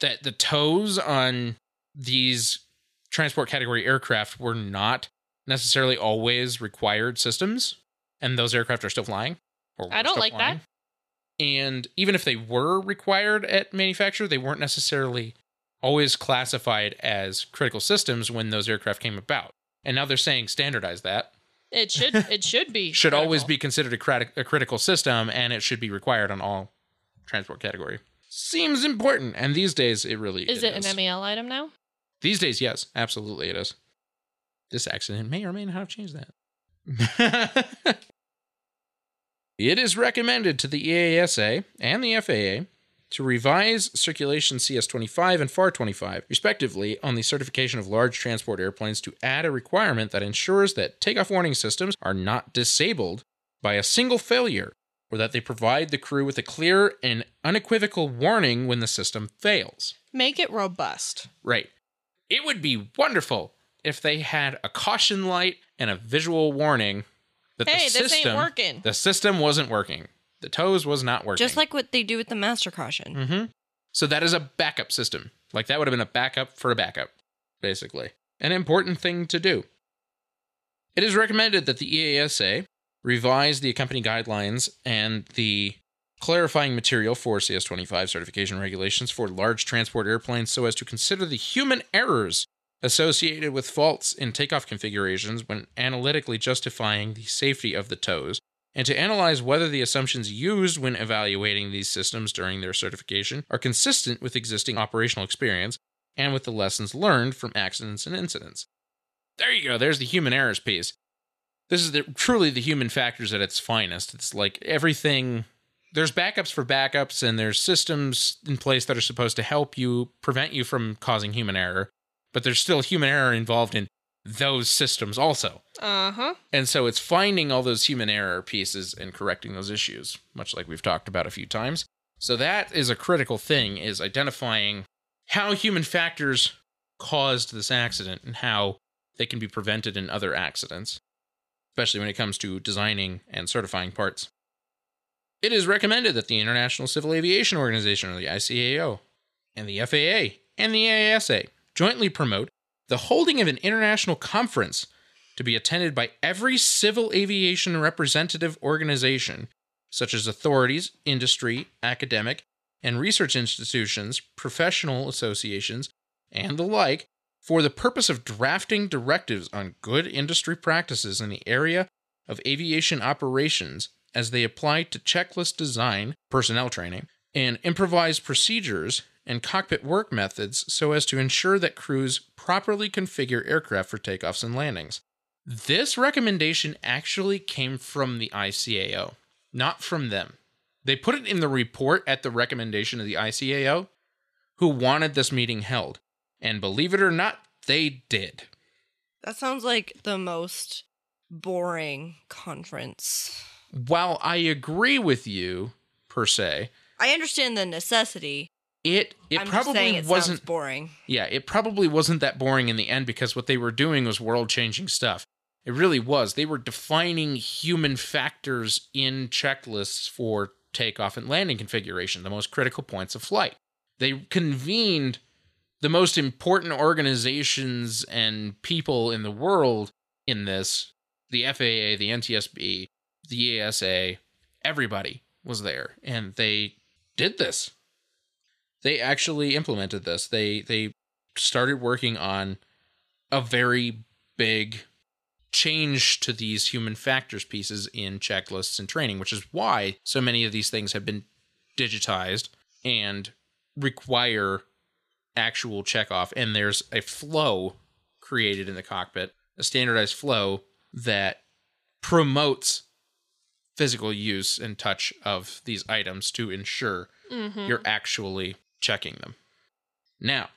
that the toes on these transport category aircraft were not necessarily always required systems, and those aircraft are still flying. Or
I
were
don't
still
like that.
flying. And even if they were required at manufacture, they weren't necessarily always classified as critical systems when those aircraft came about. And now they're saying standardize that.
It should it should be.
Should always
critical.
be considered a, crati- a critical system and it should be required on all transport category. Seems important. And these days it really
Is it, an MEL item now?
These days, yes, absolutely it is. This accident may or may not have changed that. it is recommended to the E EASA and the FAA to revise circulation CS25 and FAR25, respectively, on the certification of large transport airplanes to add a requirement that ensures that takeoff warning systems are not disabled by a single failure or that they provide the crew with a clear and unequivocal warning when the system fails.
Make it robust.
Right. It would be wonderful if they had a caution light and a visual warning that
Hey,
the
this
system
ain't working.
The system wasn't working. The toes was not working.
Just like what they do with the master caution.
hmm So that is a backup system. Like that would have been a backup for a backup, basically. An important thing to do. It is recommended that the E EASA revise the accompanying guidelines and the clarifying material for CS25 certification regulations for large transport airplanes so as to consider the human errors associated with faults in takeoff configurations when analytically justifying the safety of the tows and to analyze whether the assumptions used when evaluating these systems during their certification are consistent with existing operational experience and with the lessons learned from accidents and incidents. There you go, there's the human errors piece. This is the, truly the human factors at its finest. It's like everything there's backups for backups and there's systems in place that are supposed to help you prevent you from causing human error, but there's still human error involved in those systems also.
Uh huh.
And so it's finding all those human error pieces and correcting those issues, much like we've talked about a few times. So that is a critical thing is identifying how human factors caused this accident and how they can be prevented in other accidents, especially when it comes to designing and certifying parts. It is recommended that the International Civil Aviation Organization or the ICAO and the FAA and the AASA jointly promote the holding of an international conference to be attended by every civil aviation representative organization, such as authorities, industry, academic, and research institutions, professional associations, and the like, for the purpose of drafting directives on good industry practices in the area of aviation operations as they apply to checklist design, personnel training, and improvised procedures and cockpit work methods so as to ensure that crews properly configure aircraft for takeoffs and landings. This recommendation actually came from the ICAO, not from them. They put it in the report at the recommendation of the ICAO, who wanted this meeting held. And believe it or not, they did.
That sounds like the most boring conference.
While I agree with you, per se,
I understand the necessity.
it it
I'm just saying
probably
it sounds
wasn't
boring.
yeah, it probably wasn't that boring in the end because what they were doing was world changing stuff. It really was. They were defining human factors in checklists for takeoff and landing configuration, the most critical points of flight. They convened the most important organizations and people in the world in this the FAA, the NTSB, the E ASA, everybody was there and they did this. They actually implemented this. They they started working on a very big change to these human factors pieces in checklists and training, which is why so many of these things have been digitized and require actual checkoff. And there's a flow created in the cockpit, a standardized flow that promotes physical use and touch of these items to ensure
Mm-hmm.
you're actually checking them. Now,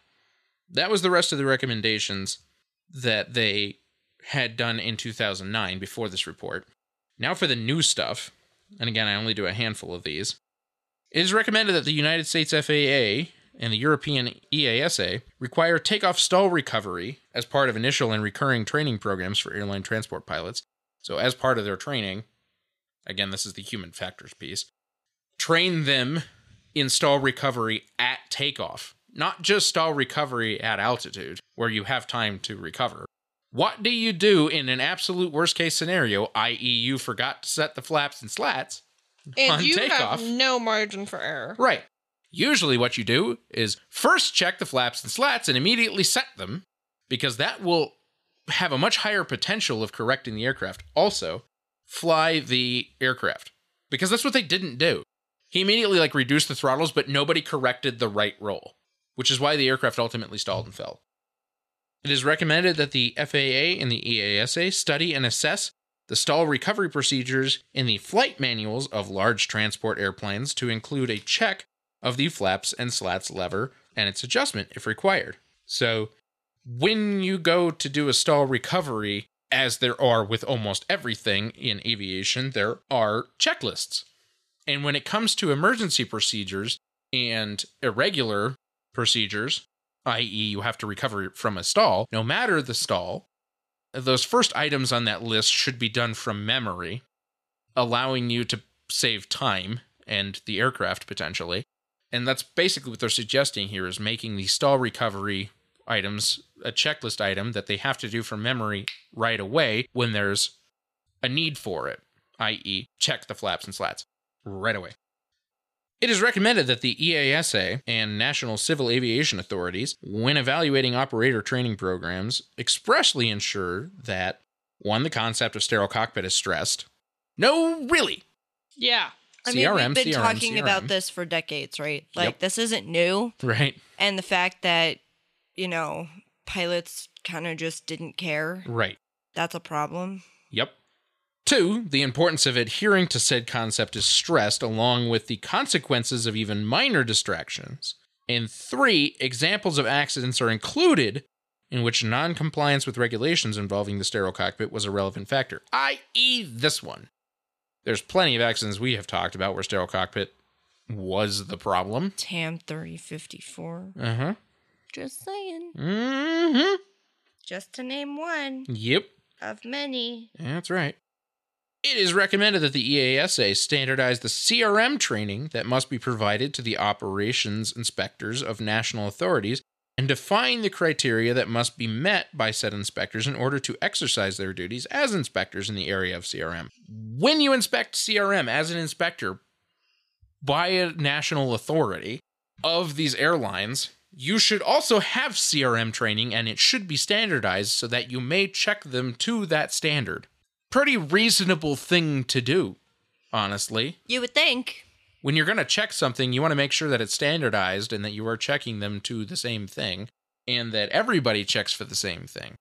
that was the rest of the recommendations that they had done in 2009 before this report. Now for the new stuff, and again, I only do a handful of these. It is recommended that the United States FAA and the European E EASA require takeoff stall recovery as part of initial and recurring training programs for airline transport pilots. So, as part of their training, again, this is the human factors piece, train them in stall recovery at takeoff, not just stall recovery at altitude where you have time to recover. What do you do in an absolute worst case scenario, i.e., you forgot to set the flaps and slats?
And
On
you
takeoff.
have no margin for error.
Right. Usually, what you do is first check the flaps and slats and immediately set them because that will have a much higher potential of correcting the aircraft. Also, fly the aircraft because that's what they didn't do. He immediately like reduced the throttles, but nobody corrected the right roll, which is why the aircraft ultimately stalled and fell. It is recommended that the FAA and the E EASA study and assess the stall recovery procedures in the flight manuals of large transport airplanes to include a check of the flaps and slats lever and its adjustment if required. So, when you go to do a stall recovery, as there are with almost everything in aviation, there are checklists. And when it comes to emergency procedures and irregular procedures, i.e., you have to recover from a stall, no matter the stall, those first items on that list should be done from memory, allowing you to save time and the aircraft potentially. And that's basically what they're suggesting here is making the stall recovery items a checklist item that they have to do from memory right away when there's a need for it, i.e., check the flaps and slats right away. It is recommended that the E EASA and National Civil Aviation Authorities, when evaluating operator training programs, expressly ensure that 1. The concept of sterile cockpit is stressed. No, really.
Yeah.
I mean,
CRM,
we've been
CRM,
talking
CRM.
about this for decades, right? Like
Yep.
this isn't new.
Right,
and the fact that you know pilots kind of just didn't care
right.
that's a problem
Yep. Two, the importance of adhering to said concept is stressed along with the consequences of even minor distractions. And three, examples of accidents are included in which noncompliance with regulations involving the sterile cockpit was a relevant factor, i.e., this one. There's plenty of accidents we have talked about where sterile cockpit was the problem.
tam 3054
Uh huh.
just saying
Mm hmm.
just to name one
Yep.
of many
That's right. It is recommended that the E EASA standardize the CRM training that must be provided to the operations inspectors of national authorities and define the criteria that must be met by said inspectors in order to exercise their duties as inspectors in the area of CRM. When you inspect CRM as an inspector by a national authority of these airlines, you should also have CRM training and it should be standardized so that you may check them to that standard. Pretty reasonable thing to do, honestly
You would think.
when you're going to check something, you want to make sure that it's standardized and that you are checking them to the same thing and that everybody checks for the same thing.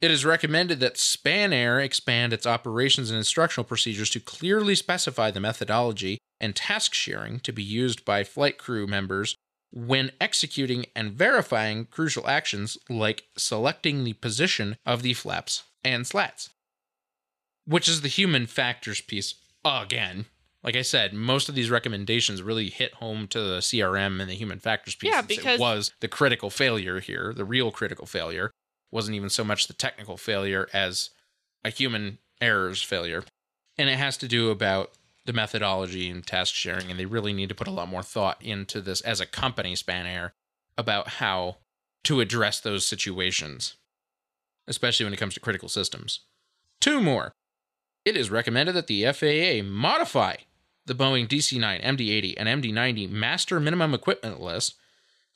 It is recommended that Spanair expand its operations and instructional procedures to clearly specify the methodology and task sharing to be used by flight crew members when executing and verifying crucial actions like selecting the position of the flaps and slats, which is the human factors piece again. Like I said, most of these recommendations really hit home to the CRM and the human factors piece.
Yeah,
since it
because-
was the critical failure here, the real critical failure wasn't even so much the technical failure as a human errors failure. And it has to do about the methodology and task sharing. And they really need to put a lot more thought into this as a company, Spanair, about how to address those situations, especially when it comes to critical systems. Two more. It is recommended that the FAA modify the Boeing DC 9, MD 80, and MD 90 master minimum equipment list,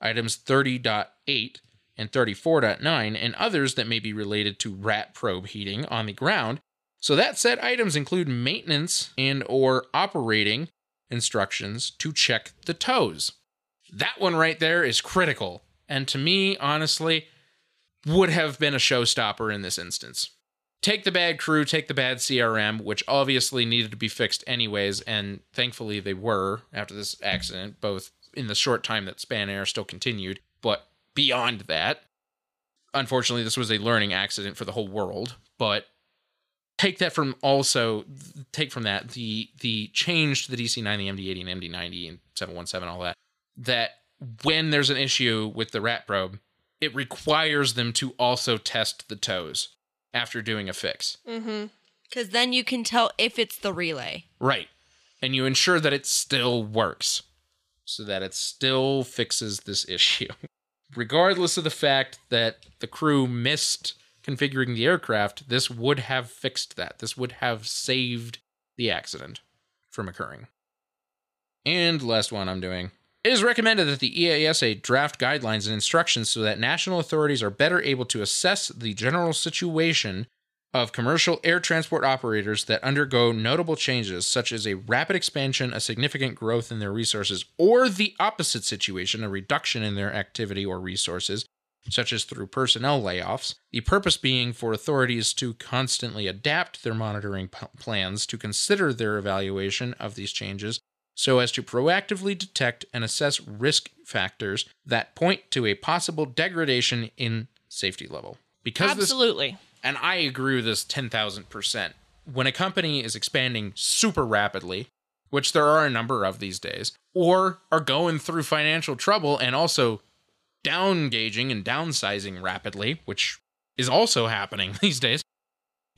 items 30.8 and 34.9, and others that may be related to rat probe heating on the ground. So that said items include maintenance and or operating instructions to check the toes. That one right there is critical, and to me, honestly, would have been a showstopper in this instance take the bad crew, take the bad CRM, which obviously needed to be fixed anyways, and thankfully they were after this accident, both in the short time that Spanair still continued, but beyond that. Unfortunately, this was a learning accident for the whole world, but take that from also take from that the the change to the DC9, the MD80 and MD90 and 717 all that that when there's an issue with the rat probe, it requires them to also test the toes after doing a fix.
Mm-hmm.
Because then you can tell if it's the relay.
Right. And you ensure that it still works so that it still fixes this issue. Regardless of the fact that the crew missed configuring the aircraft, this would have fixed that. This would have saved the accident from occurring. And last one I'm doing. It is recommended that the E EASA draft guidelines and instructions so that national authorities are better able to assess the general situation of commercial air transport operators that undergo notable changes, such as a rapid expansion, a significant growth in their resources, or the opposite situation, a reduction in their activity or resources, such as through personnel layoffs. The purpose being for authorities to constantly adapt their monitoring p- plans to consider their evaluation of these changes so as to proactively detect and assess risk factors that point to a possible degradation in safety level. Because this
Absolutely.
and I agree with this 10,000%. When a company is expanding super rapidly, which there are a number of these days, or are going through financial trouble and also down gauging and downsizing rapidly, which is also happening these days,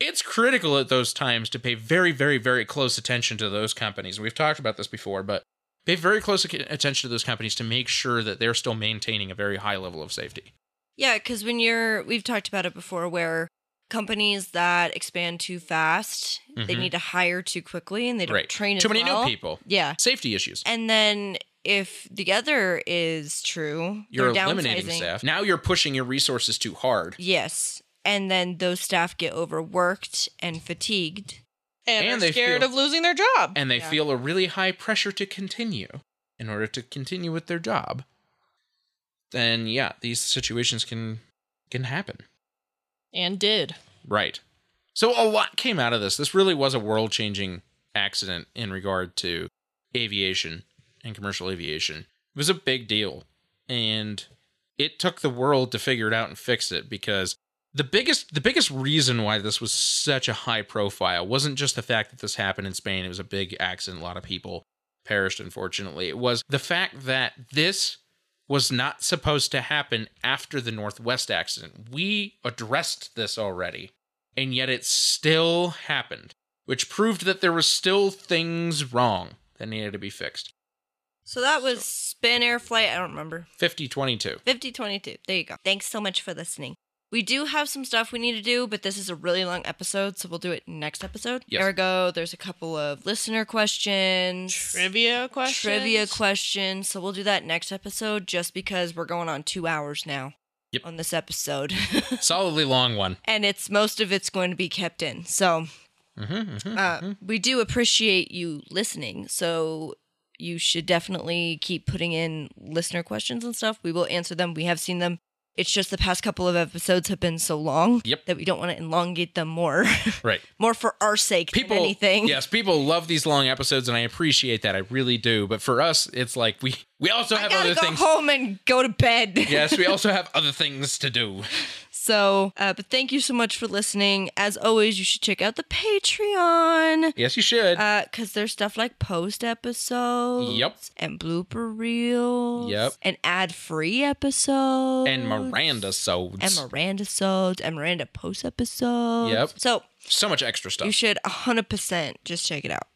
it's critical at those times to pay very, very, very close attention to those companies. We've talked about this before, but pay very close ac- attention to those companies to make sure that they're still maintaining a very high level of safety.
Yeah, because when you're, we've talked about it before where companies that expand too fast, they
Mhm.
need to hire too quickly and they don't
right.
train
Too
as
many
well.
new people.
Yeah.
Safety issues.
And then if the other is true,
you're
they're
eliminating
downsizing.
staff. Now you're pushing your resources too hard.
Yes. And then those staff get overworked and fatigued.
And,
And
are
they
scared
feel-
of losing their job.
And they
Yeah.
feel a really high pressure to continue in order to continue with their job. Then yeah, these situations can can happen.
and did.
Right. So a lot came out of this. This really was a world-changing accident in regard to aviation and commercial aviation. It was a big deal and it took the world to figure it out and fix it because the biggest the biggest reason why this was such a high profile wasn't just the fact that this happened in Spain. It was a big accident. A lot of people perished unfortunately. It was the fact that this was not supposed to happen after the Northwest accident. We addressed this already, and yet it still happened, which proved that there were still things wrong that needed to be fixed.
So that was Spin Air Flight. I don't remember.
5022.
5022. There you go. Thanks so much for listening. We do have some stuff we need to do, but this is a really long episode, so we'll do it next episode.
Yes.
Ergo, there's a couple of listener questions.
Trivia question.
Trivia questions. So we'll do that next episode just because we're going on two hours now
Yep.
on this episode.
Solidly long one.
and it's most of it's going to be kept in. So
Mm-hmm,
uh, we do appreciate you listening. So you should definitely keep putting in listener questions and stuff. We will answer them. We have seen them. It's just the past couple of episodes have been so long
Yep.
that we don't want to elongate them more,
Right.
more for our sake
People,
than anything.
yes, people love these long episodes, and I appreciate that. I really do. But for us, it's like we we also
I
have
gotta
other
go
things.
home and go to bed.
Yes, we also have other things to do.
So, uh, but thank you so much for listening. As always, you should check out the Patreon.
Yes, you should.
Uh, cause there's stuff like post episodes.
Yep.
And blooper reels.
Yep.
And ad free episodes.
and Miranda sodes.
Oh, And Miranda episodes and Miranda post episodes.
Yep.
So
so much extra stuff.
you should 100% just check it out.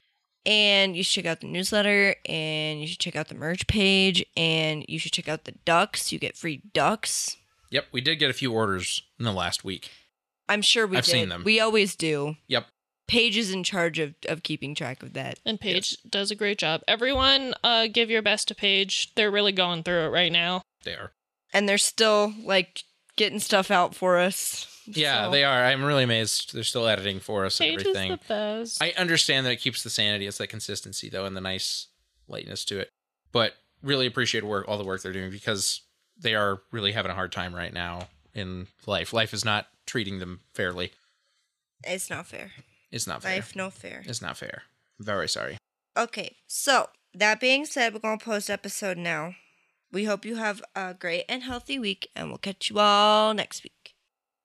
And you should check out the newsletter and you should check out the merch page and you should check out the ducks. You get free ducks.
yep, we did get a few orders in the last week.
I'm sure we
I've
did.
seen them.
We always do.
Yep.
Paige is in charge of, of keeping track of that.
And Paige does a great job. Everyone, uh, give your best to Paige. They're really going through it right now.
They are.
and they're still like getting stuff out for us.
Yeah,
So-
they are. I'm really amazed. They're still editing for us and
Paige
everything.
is the best.
I understand that it keeps the sanity. It's that consistency though, and the nice lightness to it. But really appreciate work all the work they're doing because they are really having a hard time right now in life. Life is not treating them fairly.
It's not fair.
It's not fair.
Life, no fair.
It's not fair. I'm very sorry.
Okay, so that being said, we're gonna post episode now. We hope you have a great and healthy week, and we'll catch you all next week.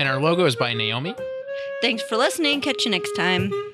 And our logo is by Naomi.
Thanks for listening. Catch you next time.